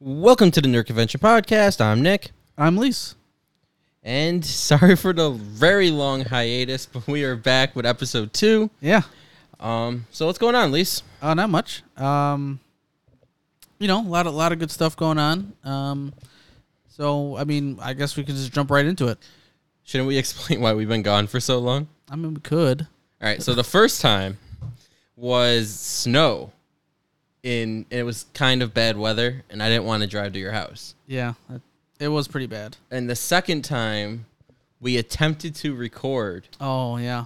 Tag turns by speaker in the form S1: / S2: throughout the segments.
S1: Welcome to the Nerd Convention Podcast. I'm Nick,
S2: I'm Lise.
S1: and sorry for the very long hiatus, but we are back with episode two.
S2: Yeah.
S1: Um, so what's going on, Lise?
S2: Uh, not much. Um, you know, a lot of lot of good stuff going on. Um, so I mean, I guess we could just jump right into it.
S1: Shouldn't we explain why we've been gone for so long?
S2: I mean, we could.
S1: All right. So the first time was snow, in and it was kind of bad weather, and I didn't want to drive to your house.
S2: Yeah, it- it was pretty bad.
S1: And the second time, we attempted to record,
S2: Oh yeah.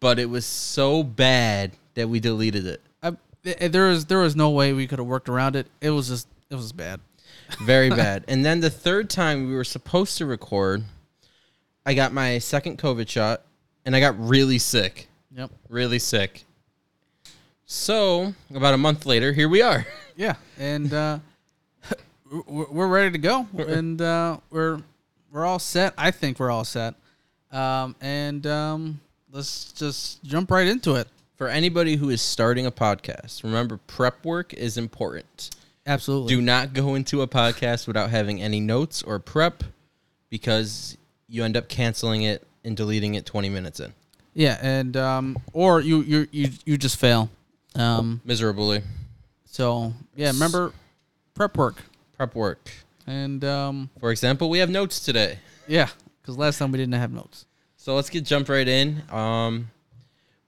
S1: but it was so bad that we deleted it.
S2: I, th- there was there was no way we could have worked around it. It was just it was bad.
S1: Very bad. And then the third time we were supposed to record, I got my second COVID shot and I got really sick.
S2: Yep.
S1: Really sick. So, about a month later, here we are.
S2: Yeah, and uh, we're, we're ready to go, and uh, we're we're all set. I think we're all set. Um, and um, let's just jump right into it.
S1: For anybody who is starting a podcast, remember prep work is important.
S2: Absolutely.
S1: Do not go into a podcast without having any notes or prep because you end up canceling it and deleting it 20 minutes in.
S2: Yeah, and um, or you you you you just fail. Um,
S1: Miserably.
S2: so yeah, remember prep work,
S1: Prep work.
S2: and um,
S1: For example, we have notes today.
S2: yeah, because last time we didn't have notes.
S1: So let's get jump right in. Um,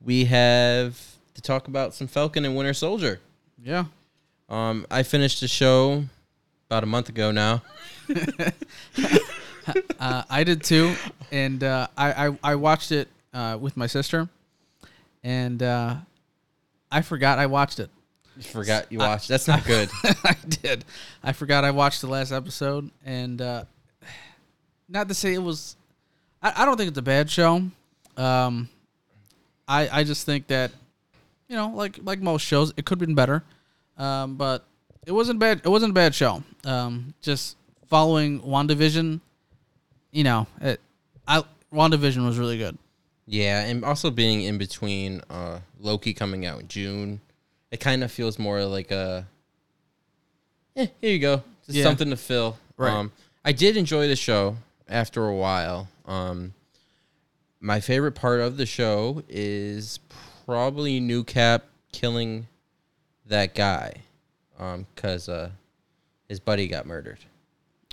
S1: we have to talk about some Falcon and Winter Soldier.
S2: Yeah,
S1: Um, I finished the show about a month ago now.
S2: uh, I did too, and uh, I, I I watched it uh, with my sister, and uh, I forgot I watched it.
S1: Forgot you watched. That's not good.
S2: I did. I forgot I watched the last episode, and uh, not to say it was. I, I don't think it's a bad show. Um, I I just think that, you know, like like most shows, it could have been better, um, but it wasn't bad. It wasn't a bad show. Um, just following Wandavision, you know, it, I Wandavision was really good.
S1: yeah, and also being in between uh, Loki coming out in June, it kind of feels more like a. Eh, here you go. Just
S2: Yeah.
S1: something to fill.
S2: Right.
S1: Um, I did enjoy the show after a while. Um, my favorite part of the show is probably New Cap killing that guy because uh, his buddy got murdered.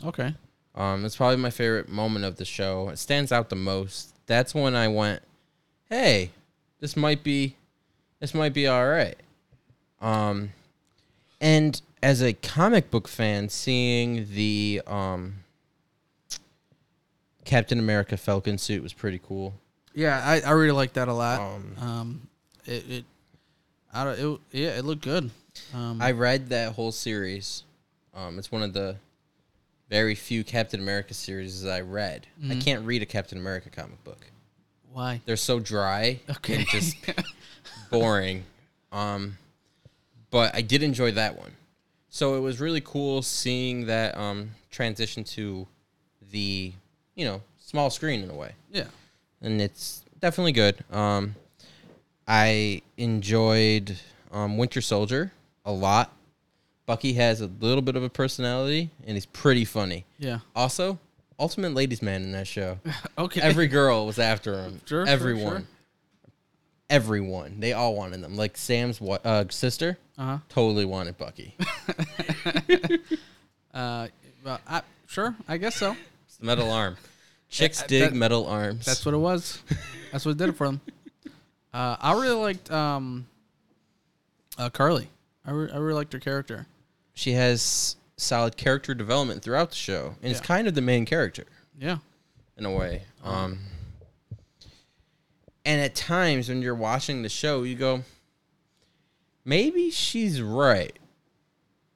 S2: Okay.
S1: Um, it's probably my favorite moment of the show. It stands out the most. That's when I went, "Hey, this might be, this might be all right." Um, and as a comic book fan, seeing the um, Captain America Falcon suit was pretty cool.
S2: Yeah, I, I really like that a lot.
S1: Um,
S2: Um, it, it I don't it yeah, it looked good. Um,
S1: I read that whole series. Um, it's one of the very few Captain America series I read. I can't read a Captain America comic book.
S2: why?
S1: They're so dry.
S2: Okay.
S1: And just boring. Um, but I did enjoy that one. So it was really cool seeing that um, transition to the, you know, small screen in a way.
S2: yeah.
S1: And it's definitely good. Um, I enjoyed um, Winter Soldier a lot. Bucky has a little bit of a personality and he's pretty funny.
S2: Yeah.
S1: Also, ultimate ladies man in that show.
S2: Okay.
S1: Every girl was after him.
S2: Sure, sure,
S1: Everyone.
S2: sure.
S1: Everyone. They all wanted them. Like Sam's wa- uh, sister
S2: uh-huh.
S1: totally wanted Bucky.
S2: Uh well, I, sure, I guess so.
S1: It's the metal arm. Chicks
S2: Uh,
S1: dig
S2: that-
S1: metal arms.
S2: That's what it was. That's what did it for them. Uh, I really liked um, uh, Carly. I, re- I really liked her character.
S1: she has solid character development throughout the show and is
S2: Yeah.
S1: kind of the main character
S2: Yeah.
S1: in a way. Um, and at times when you're watching the show, you go, maybe she's right.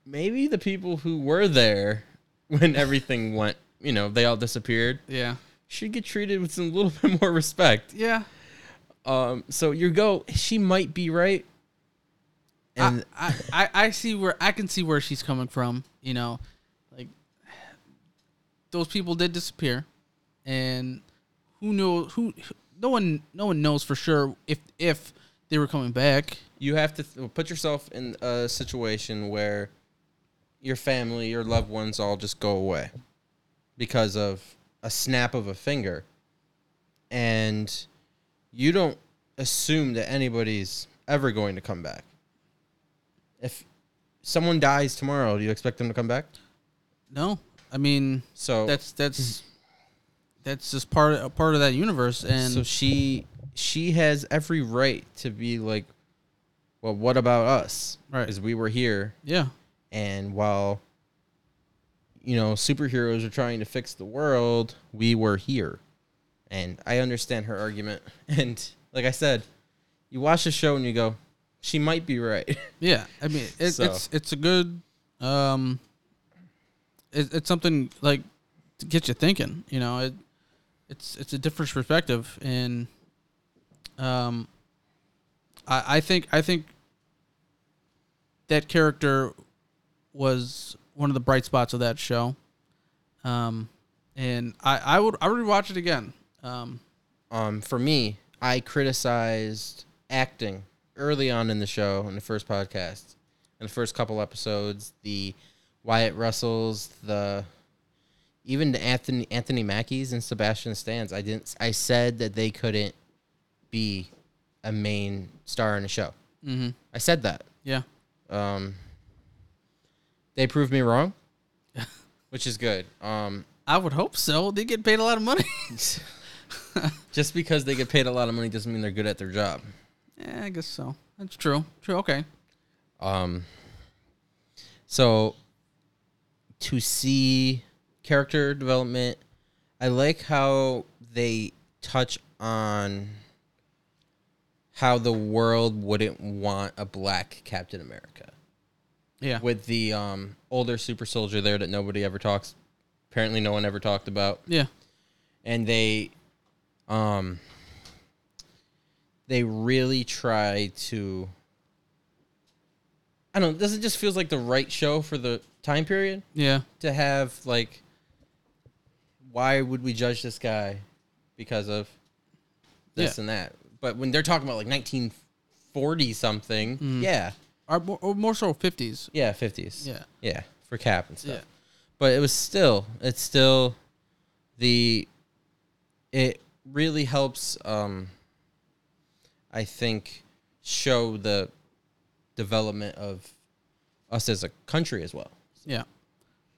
S1: Maybe the people who were there when everything went, you know, they all disappeared.
S2: Yeah.
S1: should get treated with some little bit more respect.
S2: Yeah.
S1: Um, so you go, she might be right. And
S2: I, I, I see where I can see where she's coming from. You know, like those people did disappear, and who knew who? No one, no one knows for sure if if they were coming back.
S1: you have to th- put yourself in a situation where your family, your loved ones all just go away because of a snap of a finger. And you don't assume that anybody's ever going to come back. If someone dies tomorrow, do you expect them to come back?
S2: No, I mean
S1: So
S2: that's that's that's just part of, part of that universe, and
S1: so she she has every right to be like, well, what about us?
S2: Right.
S1: Because we were here,
S2: yeah,
S1: and while you know superheroes are trying to fix the world, we were here. And I understand her argument. And like I said, you watch the show and you go, she might be right.
S2: yeah. I mean it,
S1: So.
S2: it's it's a good um, it, it's something like to get you thinking. You know, it it's it's a different perspective, and um, I I think I think that character was one of the bright spots of that show. Um, and I, I would I would rewatch it again. Um,
S1: um, for me, I criticized acting early on in the show in the first podcast, in the first couple episodes, the Wyatt Russells, the even the Anthony Anthony Mackies and Sebastian Stans. I didn't. I said that they couldn't be a main star in the show.
S2: hmm
S1: I said that.
S2: Yeah.
S1: Um, they proved me wrong, which is good. Um,
S2: I would hope so. They get paid a lot of money.
S1: just because they get paid a lot of money doesn't mean they're good at their job.
S2: yeah, I guess so. That's true. True. Okay.
S1: Um, so to see character development, I like how they touch on how the world wouldn't want a black Captain America
S2: Yeah.
S1: with the um, older super soldier there that nobody ever talks. Apparently, no one ever talked about
S2: Yeah.
S1: and they um they really try to I don't know, doesn't just feels like the right show for the time period
S2: Yeah.
S1: to have like why would we judge this guy because of this
S2: Yeah.
S1: and that. But when they're talking about like 1940 something, yeah.
S2: Or more, or more so 50s.
S1: Yeah, 50s.
S2: Mm-hmm. Yeah.
S1: Yeah, for cap and stuff
S2: Yeah.
S1: but it was still it's still the it really helps um i think show the development of us as a country as well
S2: Yeah.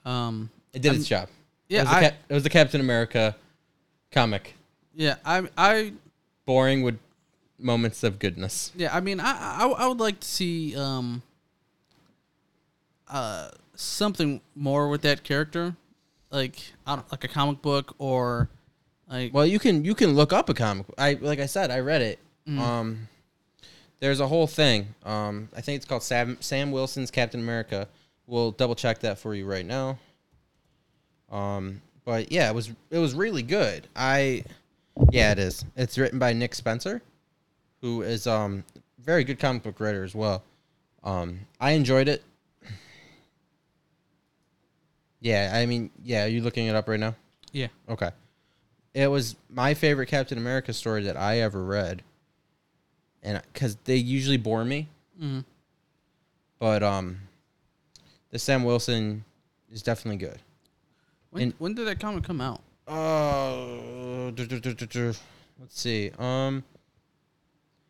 S2: Um,
S1: it did its job
S2: yeah,
S1: it was,
S2: I-
S1: the, it was the captain america comic
S2: yeah. I, I,
S1: boring with moments of goodness
S2: yeah. I mean, I, I, I would like to see, um, uh, something more with that character. Like, I don't, like a comic book or like,
S1: Well, you can you can look up a comic. I like I said, I read it. Um, there's a whole thing. Um, I think it's called Sam Sam Wilson's Captain America. We'll double check that for you right now. Um, but yeah, it was it was really good. I yeah, it is. It's written by Nick Spencer, who is um very good comic book writer as well. Um, I enjoyed it. Yeah, I mean, yeah, are you looking it up right now?
S2: yeah.
S1: Okay. It was my favorite Captain America story that I ever read. And cuz they usually bore me,
S2: Mm,
S1: but um the Sam Wilson is definitely good.
S2: when,
S1: And-
S2: when did that comic come out?
S1: Oh, let's see. Um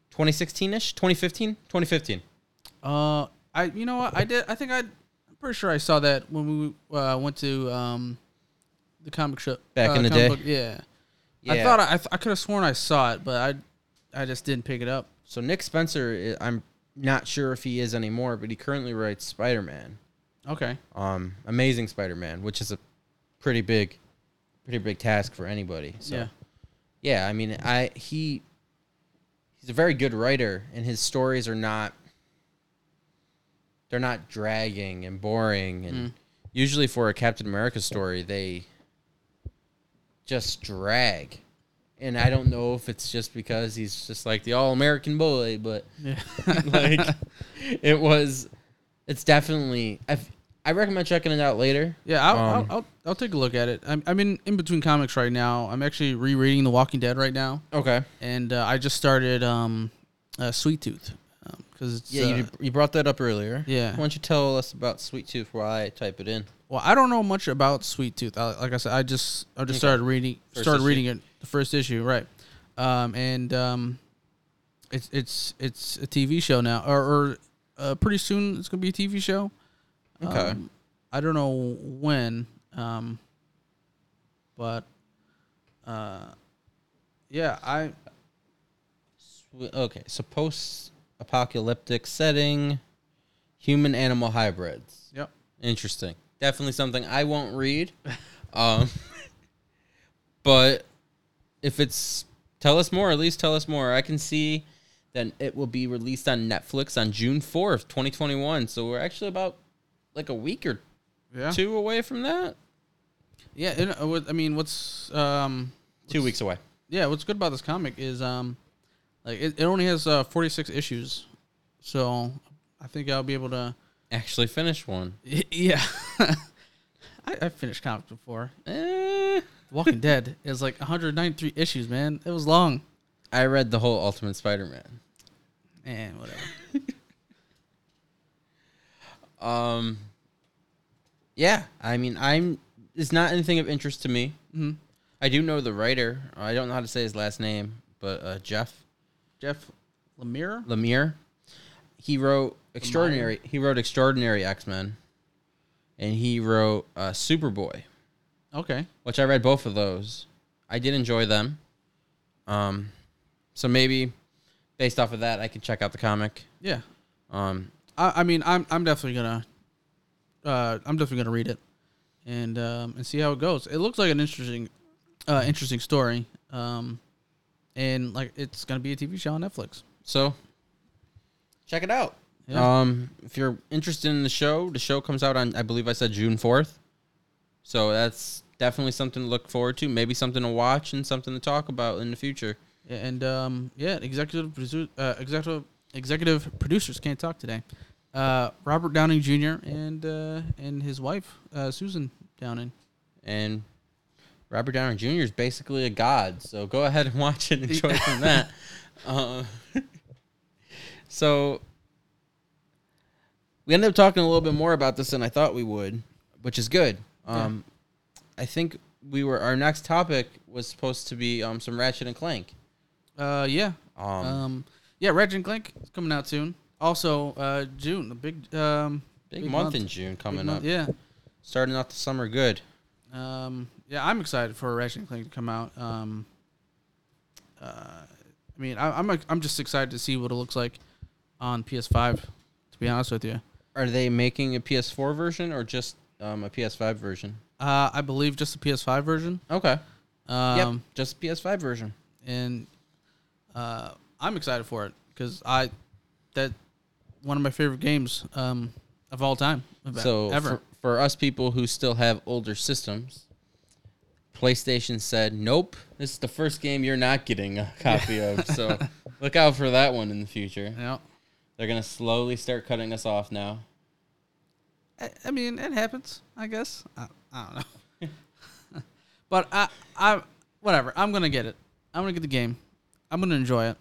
S1: 2016ish, 2015, 2015.
S2: Uh, I you know what I did? I think I, I'm pretty sure I saw that when we uh, went to um, the comic shop
S1: Back
S2: uh,
S1: in the
S2: comic
S1: day?
S2: book- Yeah. I thought I, I, th- I could have sworn I saw it, but I, I just didn't pick it up.
S1: so Nick Spencer I- I'm not sure if he is anymore, but he currently writes Spider-Man.
S2: Okay.
S1: Um Amazing Spider-Man, which is a pretty big pretty big task for anybody. So
S2: Yeah.
S1: yeah i mean i he he's a very good writer and his stories are not they're not dragging and boring and usually for a captain america story they just drag and i don't know if it's just because he's just like the all-american boy but
S2: Yeah.
S1: like it was it's definitely i i recommend checking it out later
S2: yeah. I'll,
S1: Um,
S2: I'll, I'll I'll take a look at it. I'm I'm in, in between comics right now. I'm actually rereading The Walking Dead right now,
S1: okay
S2: and uh, I just started um, uh, Sweet Tooth because because it's
S1: Yeah,
S2: uh,
S1: you, you brought that up earlier.
S2: Yeah.
S1: Why don't you tell us about Sweet Tooth while I type it in?
S2: Well, I don't know much about Sweet Tooth. I, like I said, I just I just started reading
S1: First
S2: started
S1: issue.
S2: reading it the first issue, right? Um, and um, it's it's it's a TV show now, or, or uh, pretty soon it's gonna be a TV show.
S1: Okay.
S2: Um, I don't know when, um, but uh, yeah, I
S1: Swe- Okay, so post apocalyptic setting, human animal hybrids.
S2: yep.
S1: Interesting. Definitely something I won't read. Um, but if it's tell us more, at least tell us more. I can see that it will be released on Netflix on June fourth, twenty twenty one. So we're actually about like a week or
S2: Yeah.
S1: two away from that.
S2: Yeah. And, uh, what- I mean, what's um,
S1: Two weeks away.
S2: yeah, what's good about this comic is um, like it, it only has uh, 46 issues, so I think I'll be able to.
S1: Actually, finished one.
S2: Y- Yeah, I, I finished comics before.
S1: Eh,
S2: Walking Dead is like 193 issues, man. It was long.
S1: I read the whole Ultimate Spider Man.
S2: And whatever.
S1: Um, yeah, I mean, I'm. It's not anything of interest to me. Mm-hmm. I do know the writer. I don't know how to say his last name, but uh, Jeff
S2: Jeff Lemire.
S1: Lemire. He wrote extraordinary. He wrote extraordinary X Men, and he wrote uh, Superboy,
S2: Okay.
S1: which I read both of those. I did enjoy them. Um, so maybe based off of that, I could check out the comic.
S2: Yeah.
S1: Um,
S2: I, I mean, I'm I'm definitely gonna, uh, I'm definitely gonna read it, and um, and see how it goes. It looks like an interesting, uh, interesting story. Um, and like it's gonna be a TV show on Netflix.
S1: So check it out.
S2: Yeah.
S1: Um, if you're interested in the show, the show comes out on I believe I said June fourth. So that's definitely something to look forward to. Maybe something to watch and something to talk about in the future.
S2: And um, yeah, executive producer, uh, executive executive producers can't talk today. Uh, Robert Downing Jr. and uh, and his wife uh, Susan Downing.
S1: And Robert Downey Jr. is basically a god. So go ahead and watch it and enjoy from that. Uh, so we ended up talking a little bit more about this than I thought we would, which is good. Um, I think we were our next topic was supposed to be um, some Ratchet and Clank.
S2: Uh, yeah.
S1: Um,
S2: Um, yeah, Ratchet and Clank is coming out soon. Also, uh, June, the big um,
S1: big, month, in June
S2: Big
S1: coming
S2: month,
S1: up.
S2: Yeah.
S1: Starting off the summer good.
S2: Um, yeah, I'm excited for Ratchet and Clank to come out. Um, uh, I mean, I, I'm I'm just excited to see what it looks like on PS5. To be honest with you,
S1: Are they making a PS4 version or just um, a PS5 version?
S2: uh, I believe just the PS5 version.
S1: Okay.
S2: Um,
S1: yep. Just PS5 version.
S2: and uh, I'm excited for it because I that one of my favorite games um, of all time. of-
S1: So
S2: ever.
S1: For, for us people who still have older systems, PlayStation said, "Nope, this is the first game you're not getting a copy of." So look out for that one in the future.
S2: yeah.
S1: They're gonna slowly start cutting us off now.
S2: I, I mean, it happens. I guess. I, I don't know. but I, I, whatever. I'm gonna get it. I'm gonna get the game. I'm gonna enjoy it.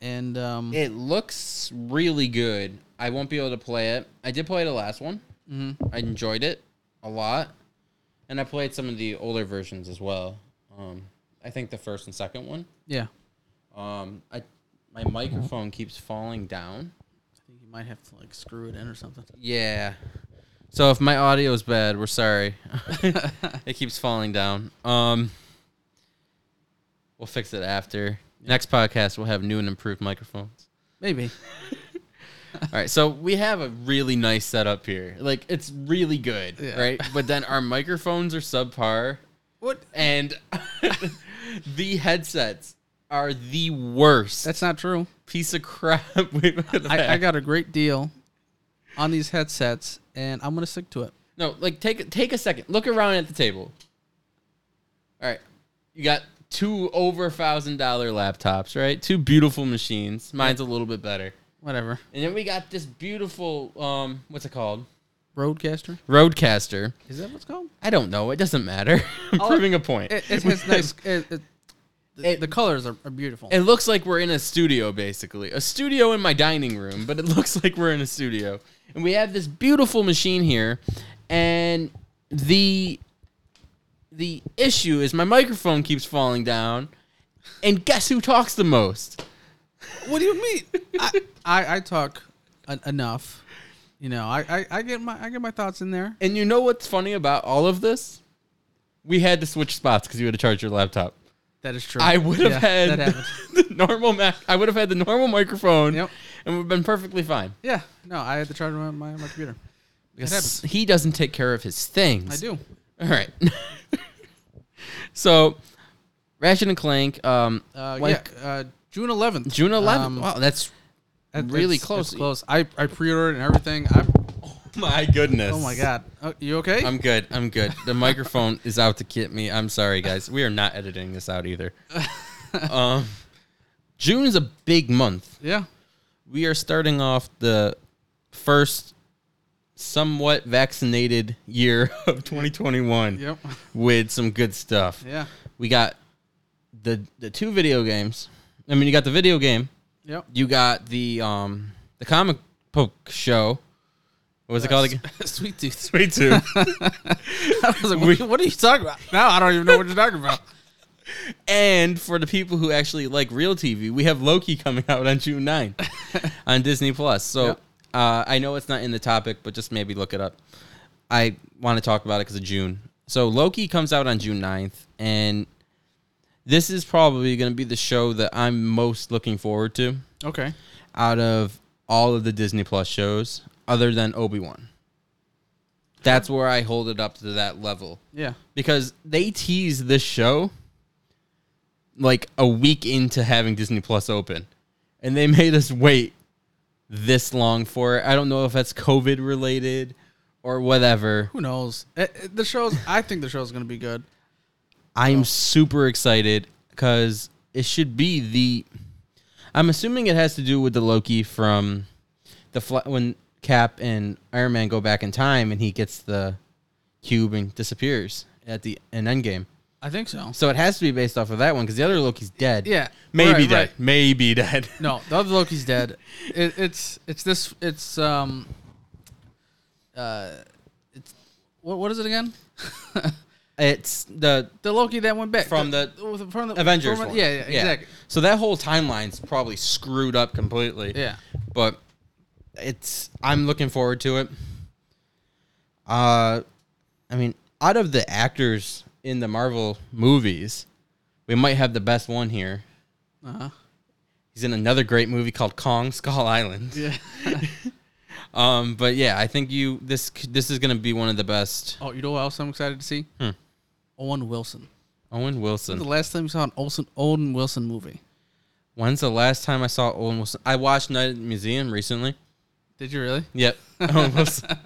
S2: And um,
S1: It looks really good. I won't be able to play it. I did play the last one.
S2: mhm.
S1: I enjoyed it a lot, and I played some of the older versions as well. Um, I think the first and second one.
S2: yeah,
S1: Um, I my microphone keeps falling down.
S2: I think you might have to like screw it in or something.
S1: Yeah. So if my audio is bad, we're sorry. it keeps falling down. Um, we'll fix it after next podcast. We'll have new and improved microphones.
S2: Maybe.
S1: All right. So we have a really nice setup here. Like it's really good,
S2: Yeah.
S1: right? But then our microphones are subpar,
S2: What?
S1: and the headsets are the worst
S2: That's not true.
S1: piece of crap we've ever had.
S2: I, I got a great deal on these headsets, and I'm gonna stick to it.
S1: No, like take take a second. Look around at the table. All right, you got two over thousand dollar laptops, right? Two beautiful machines. Mine's a little bit better.
S2: Whatever.
S1: And then we got this beautiful um, what's it called?
S2: Roadcaster.
S1: Roadcaster.
S2: Is that what's called?
S1: I don't know. It doesn't matter. I'm
S2: Oh,
S1: proving a point.
S2: It, it has nice. It, it, the,
S1: It-
S2: the colors are, are beautiful.
S1: It looks like we're in a studio, basically. A studio in my dining room, but it looks like we're in a studio. And we have this beautiful machine here. And the the issue is my microphone keeps falling down. And guess who talks the most?
S2: what do you mean? I, I I talk en- enough. You know, I, I, I get my I get my thoughts in there.
S1: And you know what's funny about all of this? We had to switch spots because you had to charge your laptop.
S2: That is true.
S1: I would have
S2: Yeah,
S1: had
S2: that happened.
S1: the normal Mac. I would have had the normal microphone,
S2: Yep.
S1: and we've been perfectly fine.
S2: Yeah, no, I had to charge my, my, my computer.
S1: Because he doesn't take care of his things.
S2: I do.
S1: All right. so, Ratchet and Clank, um,
S2: Uh,
S1: like
S2: yeah, uh, June eleventh,
S1: June 11th.
S2: Um,
S1: wow, that's
S2: That-
S1: really
S2: that's- that's
S1: close.
S2: close. I, I pre-ordered and everything. I'm,
S1: my goodness.
S2: oh my god. Oh, you okay?
S1: I'm good. I'm good. The microphone is out to get me. I'm sorry, guys. We are not editing this out either. um, June is a big month.
S2: yeah.
S1: We are starting off the first somewhat vaccinated year of 2021
S2: Yep.
S1: with some good stuff.
S2: Yeah.
S1: We got the the two video games. I mean, you got the video game.
S2: Yep.
S1: You got the um the comic book show. What was it called again?
S2: Sweet tooth.
S1: Sweet Tooth.
S2: I was like, what, what are you talking about? Now I don't even know what you're talking about.
S1: and for the people who actually like real TV, we have Loki coming out on June 9th on Disney Plus. So
S2: Yep.
S1: uh, I know it's not in the topic, but just maybe look it up. I want to talk about it because of June. So Loki comes out on June 9th, and this is probably going to be the show that I'm most looking forward to.
S2: Okay.
S1: out of all of the Disney Plus shows other than Obi Wan. That's where I hold it up to that level
S2: Yeah.
S1: because they tease this show like a week into having Disney Plus open, and they made us wait this long for it. I don't know if that's COVID related or whatever.
S2: Who knows? Eh, eh, the show's. I think the show's gonna be good.
S1: I'm super excited because it should be the. I'm assuming it has to do with the Loki from the fl- when Cap and Iron Man go back in time and he gets the cube and disappears at the in Endgame.
S2: I think so.
S1: So it has to be based off of that one because the other Loki's dead.
S2: Yeah.
S1: maybe
S2: Right,
S1: dead,
S2: right.
S1: maybe dead.
S2: No, the other Loki's dead. It, it's it's this it's um uh it's what what is it again?
S1: It's the
S2: the Loki that went back
S1: From the
S2: with- from the
S1: Avengers.
S2: from-
S1: one.
S2: yeah, yeah, exactly.
S1: So that whole timeline's probably screwed up completely.
S2: Yeah.
S1: but it's I'm looking forward to it. Uh, I mean, out of the actors in the Marvel movies, we might have the best one here.
S2: Uh-huh.
S1: He's in another great movie called Kong Skull Island.
S2: Yeah.
S1: Um, but yeah, I think you this c- this is gonna be one of the best.
S2: oh, you know what else I'm excited to see?
S1: Hmm.
S2: Owen Wilson.
S1: Owen
S2: When's the
S1: Wilson.
S2: last time you saw an Olsen, Owen Wilson movie?
S1: When's the last time I saw Owen Wilson? I watched Night at the Museum recently.
S2: Did you really?
S1: Yep. Owen Wilson.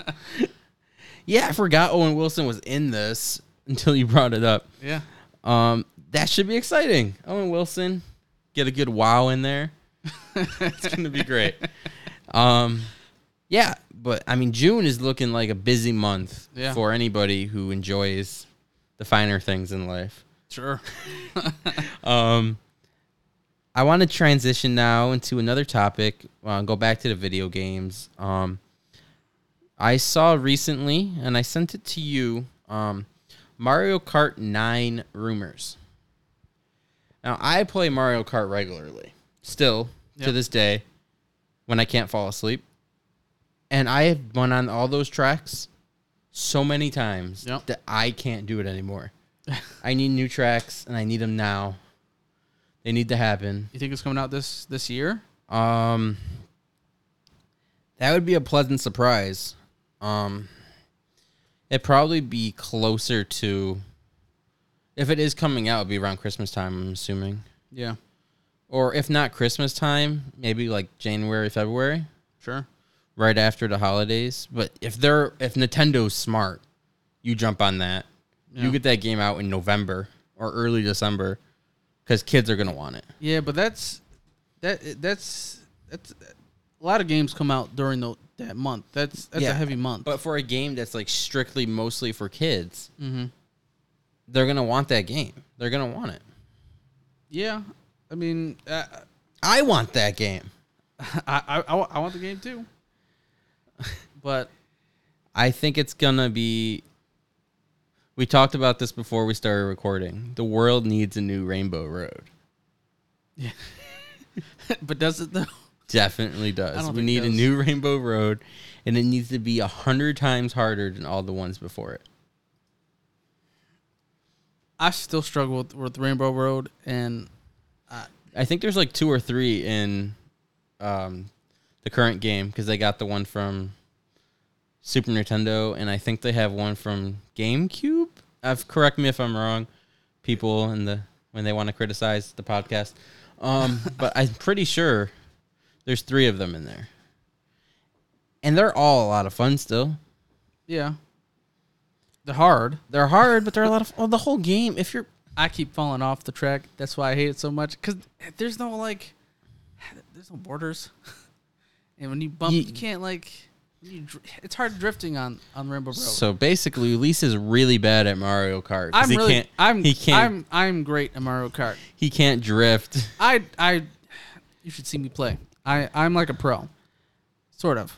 S1: yeah, I forgot Owen Wilson was in this until you brought it up.
S2: Yeah.
S1: Um, that should be exciting. Owen Wilson, get a good wow in there. it's gonna be great. Um, yeah, but I mean, June is looking like a busy month
S2: Yeah.
S1: for anybody who enjoys the finer things in life.
S2: Sure.
S1: Um, I want to transition now into another topic. Uh, go back to the video games. Um, I saw recently, and I sent it to you. Um, Mario Kart Nine rumors. Now I play Mario Kart regularly, still to
S2: Yep.
S1: this day, when I can't fall asleep. And I have gone on all those tracks so many times
S2: Yep.
S1: that I can't do it anymore. I need new tracks, and I need them now. They need to happen.
S2: You think it's coming out this this year?
S1: Um, that would be a pleasant surprise. Um, it'd probably be closer to, if it is coming out, it'd be around Christmas time. I'm assuming,
S2: Yeah.
S1: or if not Christmas time, maybe like January, February,
S2: Sure.
S1: right after the holidays. But if they're if Nintendo's smart, you jump on that.
S2: Yeah.
S1: You get that game out in November or early December, because kids are gonna want it.
S2: Yeah, but that's that that's that's a lot of games come out during tho- that month. That's that's
S1: Yeah.
S2: a heavy month.
S1: But for a game that's like strictly mostly for kids,
S2: Mhm.
S1: they're gonna want that game. They're gonna want it.
S2: Yeah, I mean, uh,
S1: I want that game.
S2: I, I, I wa- I want the game too, but
S1: I think it's gonna be. We talked about this before we started recording. The world needs a new Rainbow Road.
S2: but does it though?
S1: Definitely
S2: I
S1: does. We
S2: don't think
S1: need a
S2: those-
S1: new Rainbow Road, and it needs to be a hundred times harder than all the ones before it.
S2: I still struggle with, with Rainbow Road, and
S1: I think there's like two or three in um, the current game because they got the one from Super Nintendo, and I think they have one from GameCube. I've correct me if I'm wrong, people, in the when they want to criticize the podcast. Um, but I'm pretty sure there's three of them in there, and they're all a lot of fun still.
S2: yeah, they're hard.
S1: They're hard, but they're a lot of well, the whole game. If you're
S2: I keep falling off the track. That's why I hate it so much. Because there's no like, there's no borders, and when you bump,
S1: Ye-
S2: you, can't like. when You, dr- it's hard drifting on on Rainbow Road.
S1: so basically, Lisa's really bad at Mario Kart. 'cause
S2: I'm
S1: he
S2: really,
S1: can't,
S2: I'm,
S1: he can't
S2: I'm, I'm great at Mario Kart.
S1: he can't drift.
S2: I, I, you should see me play. I, I'm like a pro, sort of.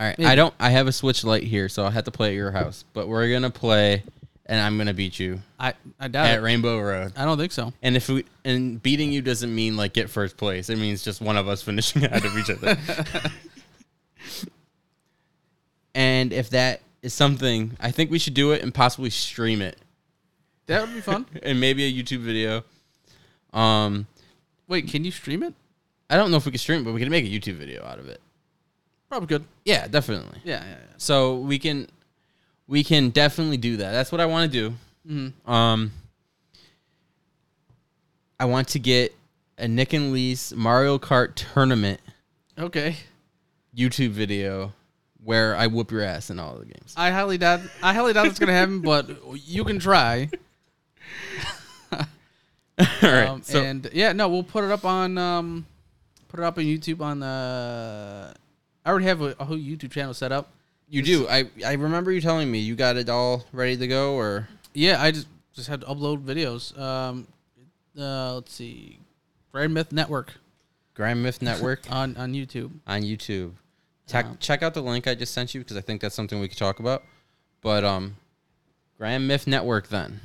S1: All right, I
S2: Maybe.
S1: don't. I have a Switch Lite here, so I have to play at your house. But we're gonna play, and I'm gonna beat you
S2: I, I doubt
S1: at
S2: it.
S1: Rainbow Road.
S2: I don't think so.
S1: And if we and beating you doesn't mean like get first place. It means just one of us finishing out of each other. and if that is something, I think we should do it and possibly stream it,
S2: That would be fun.
S1: and maybe a YouTube video. Um,
S2: Wait, can you stream it?
S1: I don't know if we can stream, it, but we can make a YouTube video out of it.
S2: Probably good.
S1: Yeah, definitely.
S2: Yeah, yeah, yeah.
S1: So we can we can definitely do that. That's what I want to do.
S2: Mm-hmm.
S1: Um I want to get a Nick and Lee's Mario Kart tournament
S2: Okay.
S1: YouTube video where I whoop your ass in all the games.
S2: I highly doubt. I highly doubt it's gonna happen, but you can try.
S1: all right.
S2: Um,
S1: so
S2: and yeah, no, we'll put it up on, um, put it up on YouTube on the. I already have a, a whole YouTube channel set up.
S1: you do. I I remember you telling me you got it all ready to go or
S2: Yeah, I just just had to upload videos. Um, uh, let's see, Grand Myth Network
S1: Grand Myth Network
S2: on on YouTube.
S1: on YouTube. Check,
S2: Um,
S1: check out the link I just sent you because I think that's something we could talk about. But um, Grand Myth Network. Then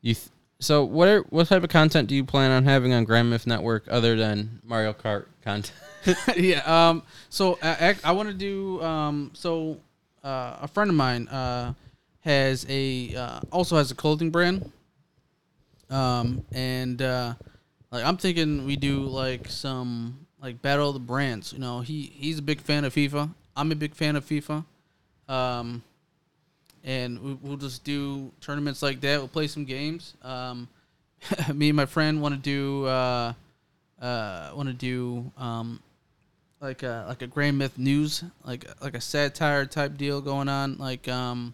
S1: you. Th- so what are, what type of content do you plan on having on Grand Myth Network other than Mario Kart content?
S2: yeah. Um. So uh, ac- I want to do. Um. So uh, a friend of mine uh has a uh, also has a clothing brand. Um. And uh, like I'm thinking we do like some like battle of the brands. You know, he he's a big fan of FIFA. I'm a big fan of FIFA. Um. And we, we'll just do tournaments like that. We'll play some games. Um, me and my friend want to do uh, uh, want to do um, like a like a grand myth news like like a satire type deal going on like um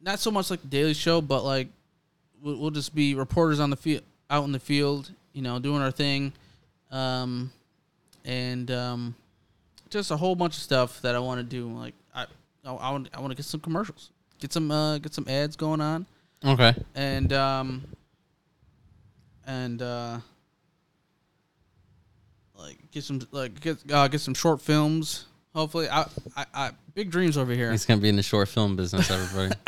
S2: not so much like the daily show but like we'll, we'll just be reporters on the field out in the field you know doing our thing um and um just a whole bunch of stuff that i want to do like i i, I want i want to get some commercials get some uh get some ads going on
S1: Okay.
S2: and um and uh like get some like get uh, get some short films hopefully I, I i big dreams over here
S1: He's gonna be in the short film business, everybody.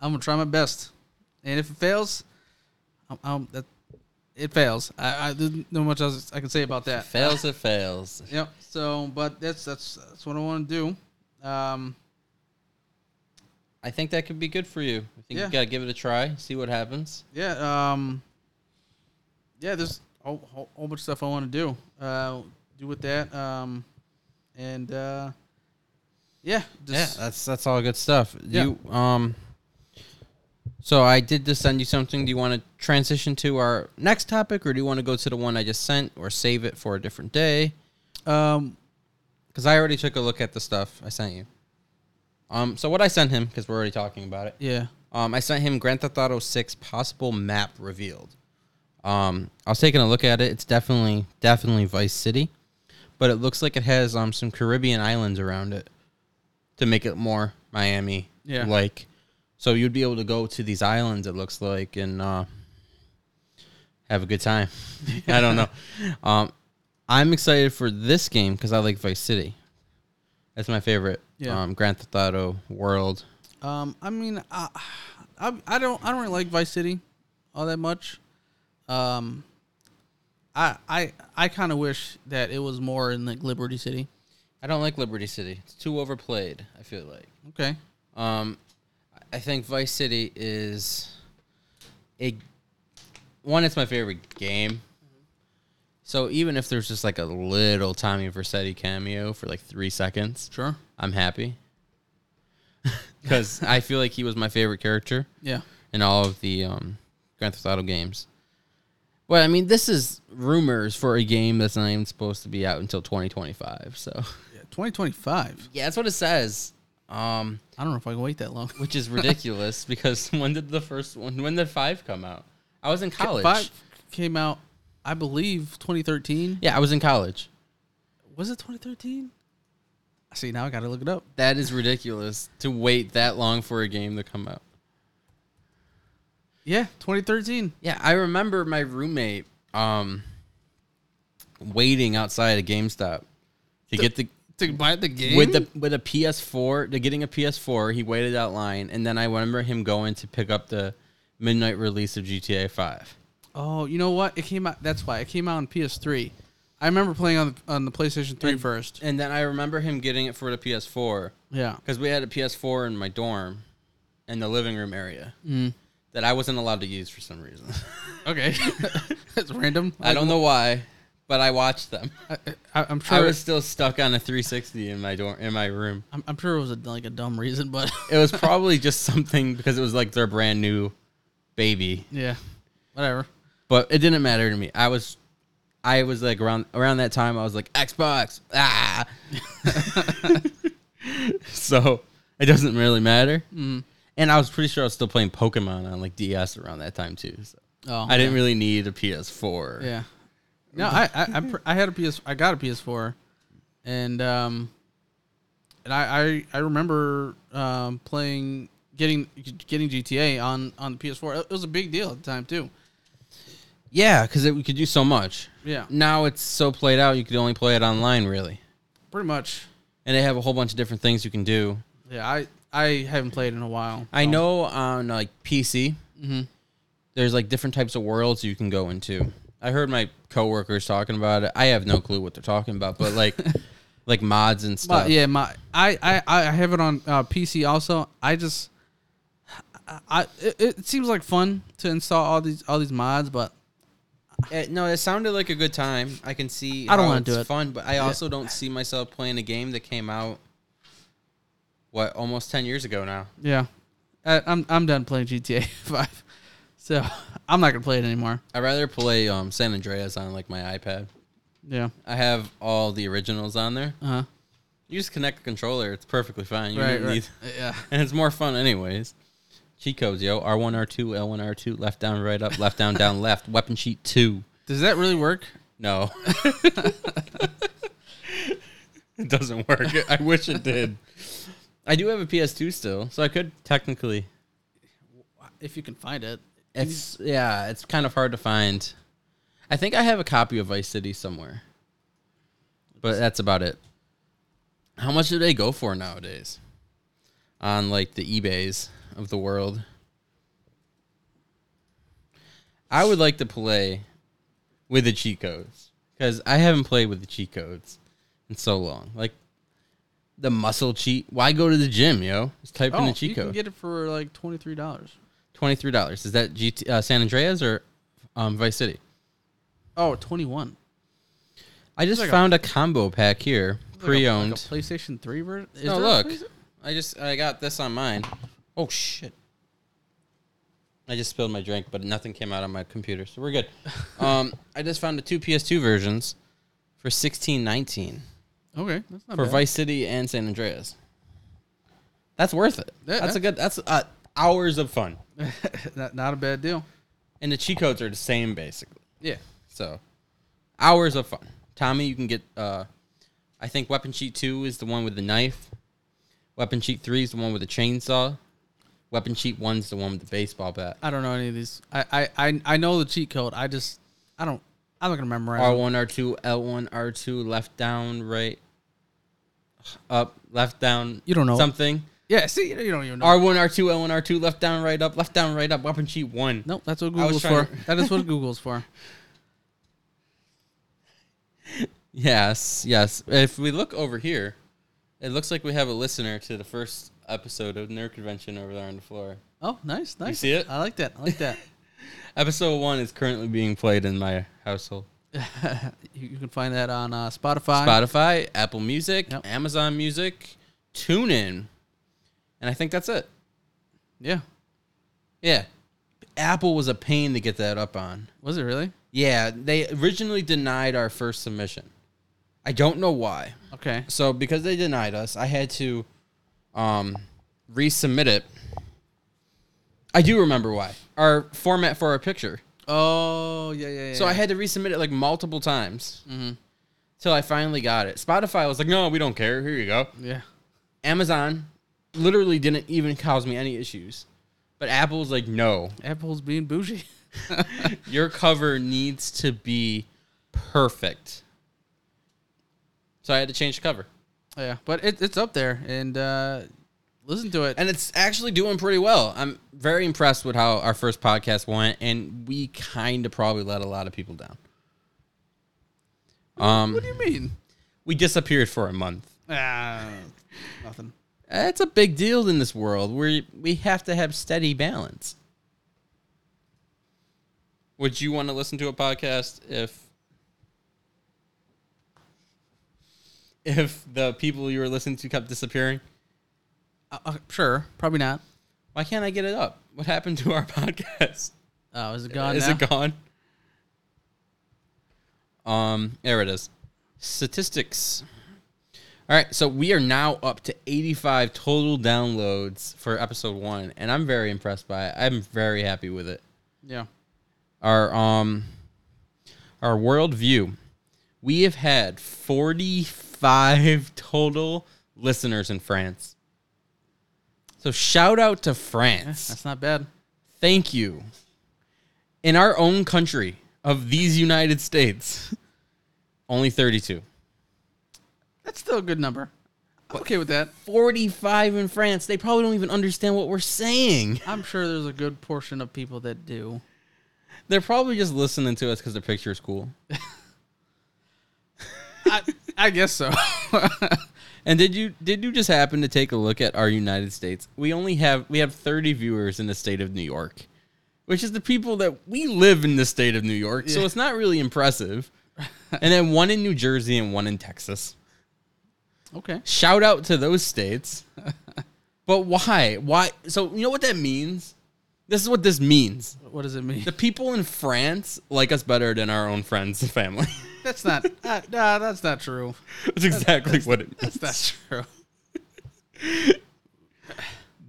S2: i'm gonna try my best and if it fails i'm, I'm that it fails i i there's not much else i can say about that
S1: fails it fails.
S2: Yep. So, but that's that's that's what I want to do. Um,
S1: I think that could be good for you. I think
S2: Yeah.
S1: you gotta give it a try, see what happens.
S2: Yeah. Um. Yeah, there's a whole, whole, whole bunch of stuff I want to do. Uh, do with that. Um, and uh, yeah, just,
S1: yeah, that's that's all good stuff.
S2: Yeah.
S1: You um So I did just send you something. Do you want to transition to our next topic or do you want to go to the one I just sent or save it for a different day?
S2: um,
S1: Cuz I already took a look at the stuff I sent you. Um so what I sent him cuz we're already talking about it.
S2: yeah,
S1: Um, I sent him Grand Theft Auto 6 possible map revealed. Um, I was taking a look at it. It's definitely definitely Vice City, but it looks like it has um some Caribbean islands around it to make it more Miami
S2: Yeah.
S1: like. So you'd be able to go to these islands. It looks like and uh, have a good time. I don't know. Um, I'm excited for this game because I like Vice City. That's my favorite.
S2: Yeah.
S1: Um, Grand Theft Auto World.
S2: Um, I mean, I, I, I don't, I don't really like Vice City all that much. Um, I, I, I kind of wish that it was more in like Liberty City.
S1: I don't like Liberty City. It's too overplayed. I feel like.
S2: Okay.
S1: Um, I think Vice City is a one. It's my favorite game. So even if there's just like a little Tommy Vercetti cameo for like three seconds,
S2: Sure.
S1: I'm happy because I feel like he was my favorite character
S2: Yeah.
S1: in all of the um, Grand Theft Auto games. But I mean, this is rumors for a game that's not even supposed to be out until 2025. So
S2: yeah. 2025.
S1: yeah, that's what it says. Um,
S2: I don't know if I can wait that long.
S1: which is ridiculous because when did the first one? When did five come out? I was in college.
S2: Five came out, I believe, 2013.
S1: Yeah, I was in college.
S2: Was it 2013? See, now I got to look it up.
S1: That is ridiculous to wait that long for a game to come out.
S2: Yeah, 2013.
S1: Yeah, I remember my roommate um waiting outside a GameStop to get the
S2: To buy the game
S1: with the with a PS4 to getting a PS4. He waited out line, and then I remember him going to pick up the midnight release of GTA Five.
S2: Oh, you know what? It came out. That's why it came out on PS3. I remember playing on the, on the PlayStation 3 first.
S1: And then I remember him getting it for the PS4.
S2: Yeah.
S1: because we had a PS4 in my dorm, in the living room area, that I wasn't allowed to use for some reason.
S2: Okay. that's random.
S1: I don't know why, but I watched them.
S2: I, I, I'm sure.
S1: I was still stuck on a 360 in my dorm in my room.
S2: I'm, I'm sure it was a, like a dumb reason, but
S1: It was probably just something because it was like their brand new baby,
S2: yeah, whatever.
S1: but it didn't matter to me. I was, I was like around around that time. I was like Xbox, ah. so it doesn't really matter.
S2: Mm-hmm.
S1: And I was pretty sure I was still playing Pokemon on like DS around that time too. So.
S2: Oh,
S1: I didn't really need a PS4.
S2: Yeah. No, I I, I, pr- I had a PS. I got a PS4, and um, and I I, I remember um playing getting getting GTA on on the PS4. It was a big deal at the time too.
S1: Yeah, because we could do so much.
S2: Yeah,
S1: Now it's so played out, you could only play it online, really.
S2: pretty much.
S1: And they have a whole bunch of different things you can do.
S2: Yeah, I I haven't played in a while.
S1: I
S2: so-
S1: know on like PC,
S2: Mhm.
S1: there's like different types of worlds you can go into. I heard my coworkers talking about it. I have no clue what they're talking about, but like, like mods and stuff.
S2: But yeah, my I I I have it on uh, PC also. I just I, I it, it seems like fun to install all these all these mods, but
S1: Eh, no, it sounded like a good time. I can see.
S2: I don't
S1: how
S2: wanna do
S1: it's
S2: it.
S1: Fun, but I also don't see myself playing a game that came out. What almost ten years ago now.
S2: Yeah, I, I'm I'm done playing GTA Five, so I'm not gonna play it anymore.
S1: I'd rather play um, San Andreas on like my iPad.
S2: Yeah.
S1: I have all the originals on there.
S2: Uh huh.
S1: You just connect a controller; it's perfectly fine. You
S2: Right.
S1: don't
S2: Right.
S1: need-
S2: Yeah.
S1: and it's more fun, anyways. Cheat codes, yo: R one, R two, L one, R two, left down, right up, left down, down, left. Weapon sheet two.
S2: Does that really work?
S1: No, it doesn't work. I wish it did. I do have a PS2 still, so I could technically.
S2: If you can find it.
S1: It's yeah, it's kind of hard to find. I think I have a copy of Vice City somewhere. But that's about it. How much do they go for nowadays? On like the eBays of the world. I would like to play with the cheat codes cuz I haven't played with the cheat codes in so long. Like the muscle cheat. Why go to the gym, yo? Just type in the cheat
S2: Oh, you
S1: code.
S2: can get it for like twenty three dollars.
S1: Twenty three dollars. Is that GT, uh, San Andreas or um, Vice City?
S2: Oh, 21.
S1: I just
S2: Like a-
S1: found a, combo pack here, pre owned.
S2: Like a PlayStation 3 version? Is
S1: no,
S2: there a
S1: look,
S2: PlayStation-
S1: I just I got this on mine. Oh shit! I just spilled my drink, but nothing came out on my computer, so we're good. um, I just found the two PS2 versions for sixteen nineteen
S2: Okay. That's not
S1: for
S2: bad.
S1: Vice City and San Andreas. That's worth it.
S2: Yeah,
S1: that's a good. That's uh, hours of fun,
S2: not, not a bad deal.
S1: and the cheat codes are the same basically.
S2: Yeah.
S1: So, hours of fun. Tommy, you can get. Uh, I think Weapon Sheet Two is the one with the knife. Weapon Sheet Three is the one with the chainsaw. Weapon Sheet One's the one with the baseball bat.
S2: I don't know any of these. I I I, I know the cheat code. I just I don't. I'm not gonna memorize.
S1: R
S2: it.
S1: one, R two, L one, R two, left down, right, up, left down.
S2: You don't know it.
S1: something.
S2: Yeah. See, you don't even know.
S1: R one, R two, L one, R two, left down, right, up, left down, right, up. Weapon Sheet One.
S2: no, that's what
S1: I was
S2: Google's for.
S1: trying to-
S2: that is what Google's for.
S1: Yes, yes. If we look over here, it looks like we have a listener to the first episode of Nerd Convention over there on the floor.
S2: Oh, nice, nice.
S1: see it?
S2: I like that. I like that.
S1: Episode one is currently being played in my household.
S2: you, you can find that on uh, Spotify.
S1: Spotify, Apple Music,
S2: Yep.
S1: Amazon Music, TuneIn, and I think that's it.
S2: yeah.
S1: Yeah, Apple was a pain to get that up on.
S2: Was it really?
S1: Yeah, they originally denied our first submission. I don't know why.
S2: Okay.
S1: So because they denied us, I had to um, resubmit it. I do remember why. Our format for our picture.
S2: Oh yeah yeah. yeah
S1: So I had to resubmit it like multiple times till I finally got it. Spotify was like, "No, we don't care. Here you go."
S2: yeah.
S1: Amazon literally didn't even cause me any issues. But Apple's like, "No.
S2: Apple's being bougie.
S1: Your cover needs to be perfect." So I had to change the cover.
S2: yeah, but it, it's up there and uh, listen to it.
S1: and it's actually doing pretty well. I'm very impressed with how our first podcast went, and we kind of probably let a lot of people down. Um,
S2: what do you mean?
S1: we disappeared for a month.
S2: Ah, nothing.
S1: That's a big deal in this world. We we have to have steady balance. Would you want to listen to a podcast if if the people you were listening to kept disappearing?
S2: Uh, uh, sure, probably not.
S1: Why can't I get it up? What happened to our podcast?
S2: Oh, is it gone?
S1: is
S2: now?
S1: it gone? Um, there it is. Statistics. All right, so we are now up to 85 total downloads for episode one, and I'm very impressed by it. I'm very happy with it.
S2: Yeah.
S1: Our um, our world view. We have had 45 total listeners in France. So shout out to France.
S2: That's not bad.
S1: Thank you. In our own country of these United States, only 32.
S2: That's still a good number. I'm okay with that.
S1: 45 in France. They probably don't even understand what we're saying.
S2: I'm sure there's a good portion of people that do.
S1: They're probably just listening to us because the picture is cool.
S2: I, I guess so.
S1: And did you did you just happen to take a look at our United States? We only have we have 30 viewers in the state of New York, which is the people that we live in the state of New York. So
S2: Yeah.
S1: it's not really impressive. and then one in New Jersey and one in Texas.
S2: okay.
S1: Shout out to those states. but why? Why? So, you know what that means? This is what this means.
S2: What does it mean?
S1: The people in France like us better than our own friends and family.
S2: That's not. Uh, nah, that's not true.
S1: That's exactly what it means.
S2: That's not true.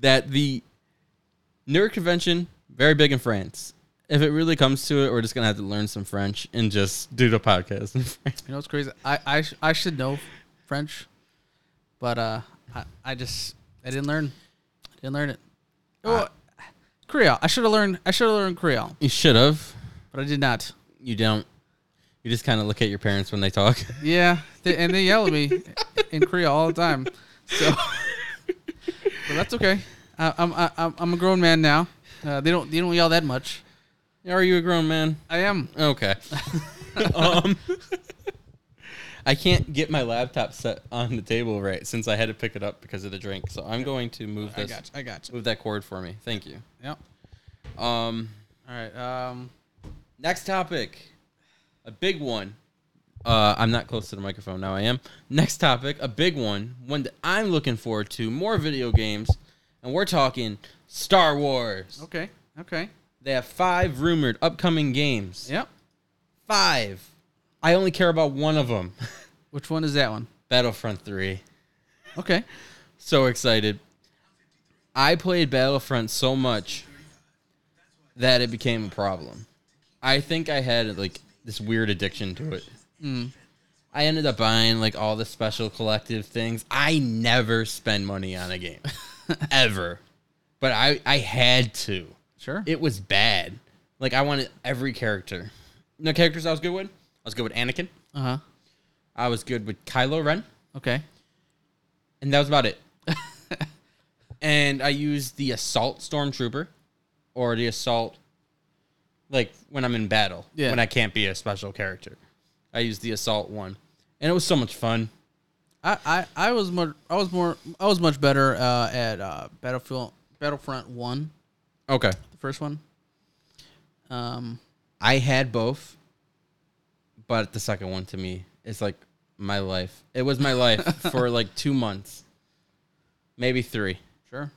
S1: That the nerd convention, very big in France. If it really comes to it, we're just going to have to learn some French and just do the podcast in French.
S2: You know what's crazy? I I, sh- I should know French, but uh, I, I just I didn't learn. I didn't learn it. Oh, Creole. I should have learned. I should have learned Creole,
S1: You should have.
S2: but I did not.
S1: You don't. You just kind of look at your parents when they talk.
S2: Yeah, they, and they yell at me in Creole all the time. So, but that's okay. I, I'm I, I'm I'm a grown man now. Uh, they don't they don't yell that much.
S1: Are you a grown man?
S2: I am.
S1: Okay. um, I can't get my laptop set on the table right since I had to pick it up because of the drink. So I'm going to move
S2: I
S1: this.
S2: got. You, I got. You.
S1: Move that cord for me. Thank you.
S2: Yep.
S1: Um,
S2: All right. Um.
S1: next topic, a big one. Uh, I'm not close to the microphone now. I am. Next topic, a big one. One that I'm looking forward to. More video games, and we're talking Star Wars.
S2: Okay. Okay.
S1: They have five rumored upcoming games.
S2: Yep.
S1: Five. I only care about one of them.
S2: Which one is that one?
S1: Battlefront 3.
S2: Okay.
S1: So excited. I played Battlefront so much that it became a problem. I think I had like this weird addiction to it. I ended up buying like all the special collective things. I never spend money on a game. Ever. but I I had to.
S2: Sure.
S1: It was bad. Like I wanted every character. No characters I was good with. I was good with Anakin.
S2: Uh huh.
S1: I was good with Kylo Ren,
S2: Okay.
S1: and that was about it. and I used the assault stormtrooper, or the assault, like when I'm in battle,
S2: Yeah.
S1: when I can't be a special character. I used the assault one, and it was so much fun.
S2: I, I, I was more I was more I was much better uh, at uh, Battlefield Battlefront One,
S3: Okay.
S2: the first one. Um,
S1: I had both, but the second one to me is like my life. It was my life for like two months, maybe three.
S2: sure.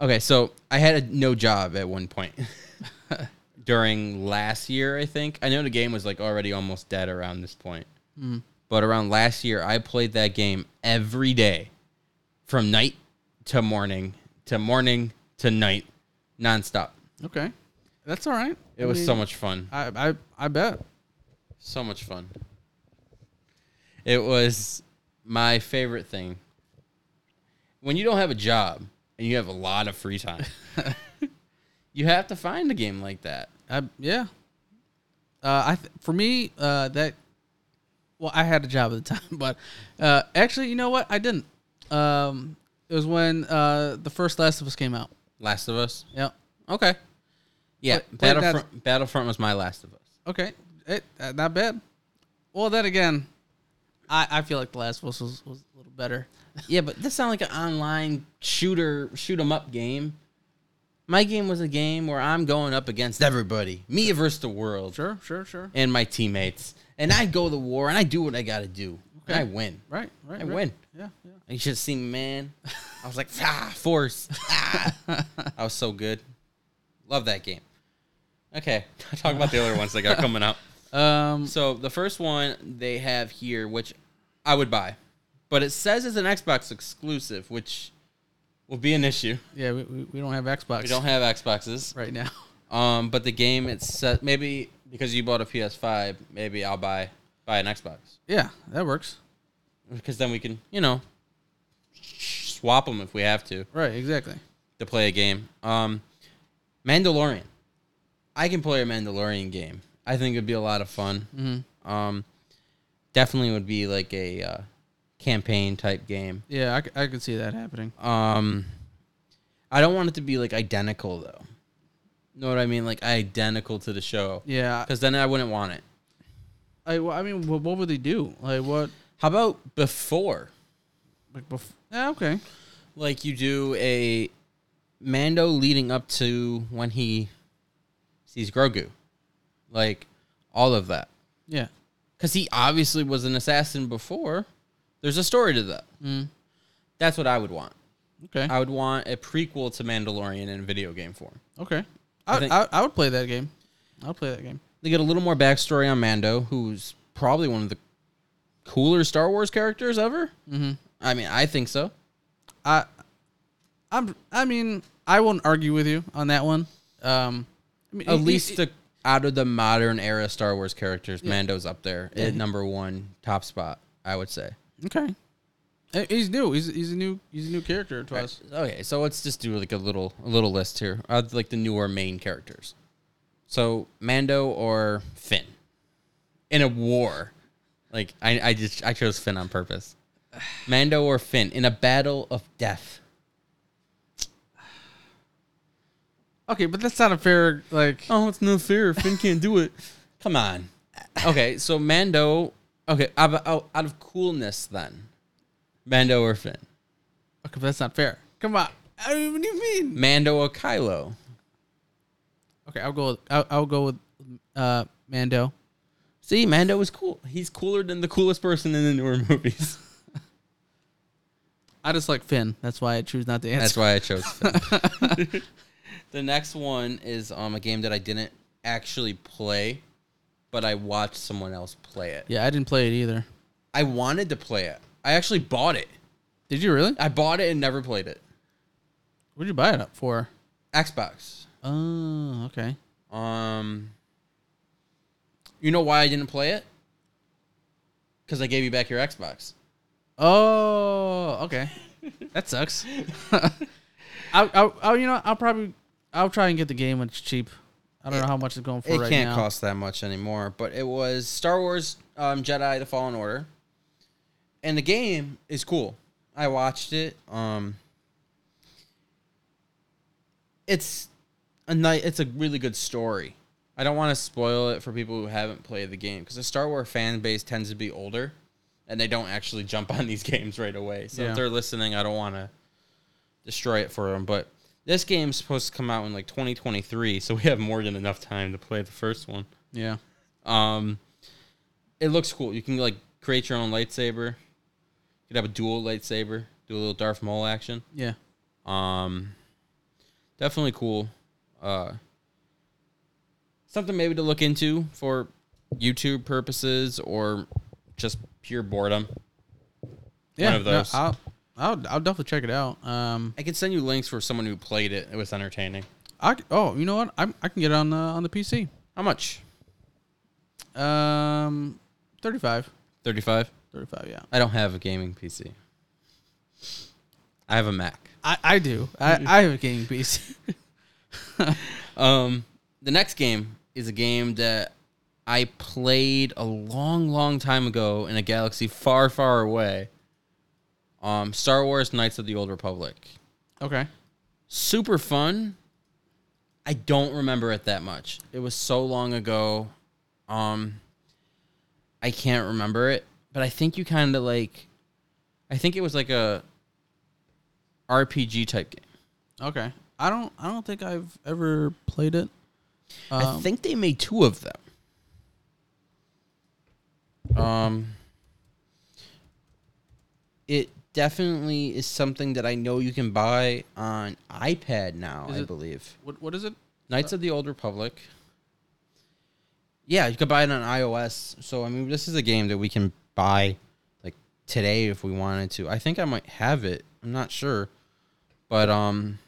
S1: Okay, so I had a no job at one point during last year, I think. I know the game was like already almost dead around this point. But around last year, I played that game every day from night to morning to morning to night nonstop.
S2: Okay, that's all right.
S1: It was so much fun.
S2: I I, I bet.
S1: So much fun. It was my favorite thing. When you don't have a job and you have a lot of free time, you have to find a game like that.
S2: I yeah. Uh, I th- for me uh, that well I had a job at the time, but uh, actually you know what I didn't. Um, it was when uh, the first Last of Us came out.
S1: Last of Us.
S2: Yeah.
S1: Okay. Yeah,
S2: Play- play
S1: Battlefront, Battlefront was my Last of Us.
S2: Okay. It, uh, not bad. Well, then again, I, I feel like the Last of Us was, was a little better.
S1: Yeah, but this sounds like an online shooter, shoot 'em up game. My game was a game where I'm going up against everybody, me versus the world,
S2: Sure, sure, sure.
S1: and my teammates, and I go to war and I do what I got to do, and I win.
S2: Right, right.
S1: I
S2: right.
S1: win.
S2: Yeah, yeah.
S1: You should have seen me, man. I was like, ah, force. Ah. I was so good. Love that game. Okay, talk about the other ones they got coming up.
S2: Um,
S1: So the first one they have here, which I would buy, but it says it's an Xbox exclusive, which will be an issue.
S2: yeah, we, we, we don't have Xbox
S1: We don't have Xboxes.
S2: right now.
S1: Um, but the game it's set maybe because you bought a PS5, maybe I'll buy buy an Xbox
S2: Yeah, that works.
S1: because then we can you know swap them if we have to.
S2: Right, exactly.
S1: to play a game. Um, Mandalorian. I can play a Mandalorian game. I think it'd be a lot of fun. Um, definitely would be like a uh, campaign type game.
S2: Yeah, I, c- I could see that happening.
S1: Um, I don't want it to be like identical though. Know what I mean? Like identical to the show.
S2: Yeah,
S1: Because then I wouldn't want it.
S2: I, well, I mean, what, what would they do? Like what?
S1: How about before?
S2: Like bef- yeah, okay.
S1: Like you do a Mando leading up to when he sees Grogu. Like all of that.
S2: Yeah,
S1: because he obviously was an assassin before. There's a story to that. That's what I would want.
S2: okay,
S1: I would want a prequel to Mandalorian in video game form.
S2: okay. I, I,
S1: think-
S2: I, would play that game. I'll play that game.
S1: They get a little more backstory on Mando, who's probably one of the cooler Star Wars characters ever. Mm-hmm. I mean, I think so.
S2: I, I'm. I mean, I won't argue with you on that one. Um, I mean,
S1: At
S2: it-
S1: least
S2: it-
S1: the, out of the modern era Star Wars characters, Mando's up there at number one, top spot. I would say.
S2: Okay. Hey, He's new. He's he's a new he's a new character to us.
S1: Okay, so let's just do like a little a little list here of like the newer main characters. So Mando or Finn in a war. Like I, I just I chose Finn on purpose. Mando or Finn in a battle of death.
S2: Okay, but that's not a fair like.
S1: Oh, it's no fair. Finn can't do it. Come on. Okay, so Mando. Okay, out of, out- out of coolness, then Mando or Finn.
S2: Okay, but that's not fair. Come on. I mean, what do you mean?
S1: Mando or Kylo.
S2: Okay, I'll go. With, I'll, I'll go with uh Mando.
S1: See, Mando is cool. He's cooler than the coolest person in the newer movies.
S2: I just like Finn. That's why I choose not to
S1: That's
S2: answer.
S1: why I chose. Finn. the next one is um, a game that I didn't actually play, but I watched someone else play it.
S2: yeah, I didn't play it either.
S1: I wanted to play it. I actually bought it.
S2: Did you really?
S1: I bought it and never played it.
S2: What'd you buy it up for?
S1: Xbox.
S2: Oh, okay.
S1: Um, you know why I didn't play it? Because I gave you back your Xbox.
S2: Oh, okay. That sucks. I, I, I, you know, I'll probably, I'll try and get the game when it's cheap. I don't know how much it's going for
S1: it
S2: right
S1: can't
S2: now.
S1: cost that much anymore. But it was Star Wars um, Jedi: The Fallen Order, and the game is cool. I watched it. Um, it's a night. It's a really good story. I don't want to spoil it for people who haven't played the game because the Star Wars fan base tends to be older, and they don't actually jump on these games right away. So
S2: Yeah.
S1: if they're listening, I don't want to destroy it for them. But this game's supposed to come out in like 2023, so we have more than enough time to play the first one.
S2: Yeah.
S1: Um, it looks cool. You can like create your own lightsaber. You could have a dual lightsaber. Do a little Darth Maul action.
S2: Yeah.
S1: Um, definitely cool. Uh, something maybe to look into for YouTube purposes or just pure boredom.
S2: Yeah.
S1: of those.
S2: No, I'll, I'll, I'll definitely check it out. Um,
S1: I can send you links for someone who played it. It was entertaining.
S2: I, c- oh, you know what? I'm, I can get it on the, on the PC.
S1: How much?
S2: Um, 35.
S1: 35?
S2: 35, yeah.
S1: I don't have a gaming PC. I have a Mac.
S2: I, I do. I, I have a game PC.
S1: Um, the next game is a game that I played a long, long time ago in a galaxy far, far away. Um, Star Wars: Knights of the Old Republic.
S2: okay.
S1: Super fun. I don't remember it that much. It was so long ago. Um, I can't remember it, but I think you kind of like. I think it was like a RPG type game.
S2: Okay. I don't, I don't think I've ever played it. Um,
S1: I think they made two of them. Um, it definitely is something that I know you can buy on iPad now.
S2: Is
S1: I
S2: it-
S1: believe
S2: What, what is it?
S1: Knights of the Old Republic. Yeah, you could buy it on iOS. So I mean, this is a game that we can buy like today if we wanted to. I think I might have it. I'm not sure, but um,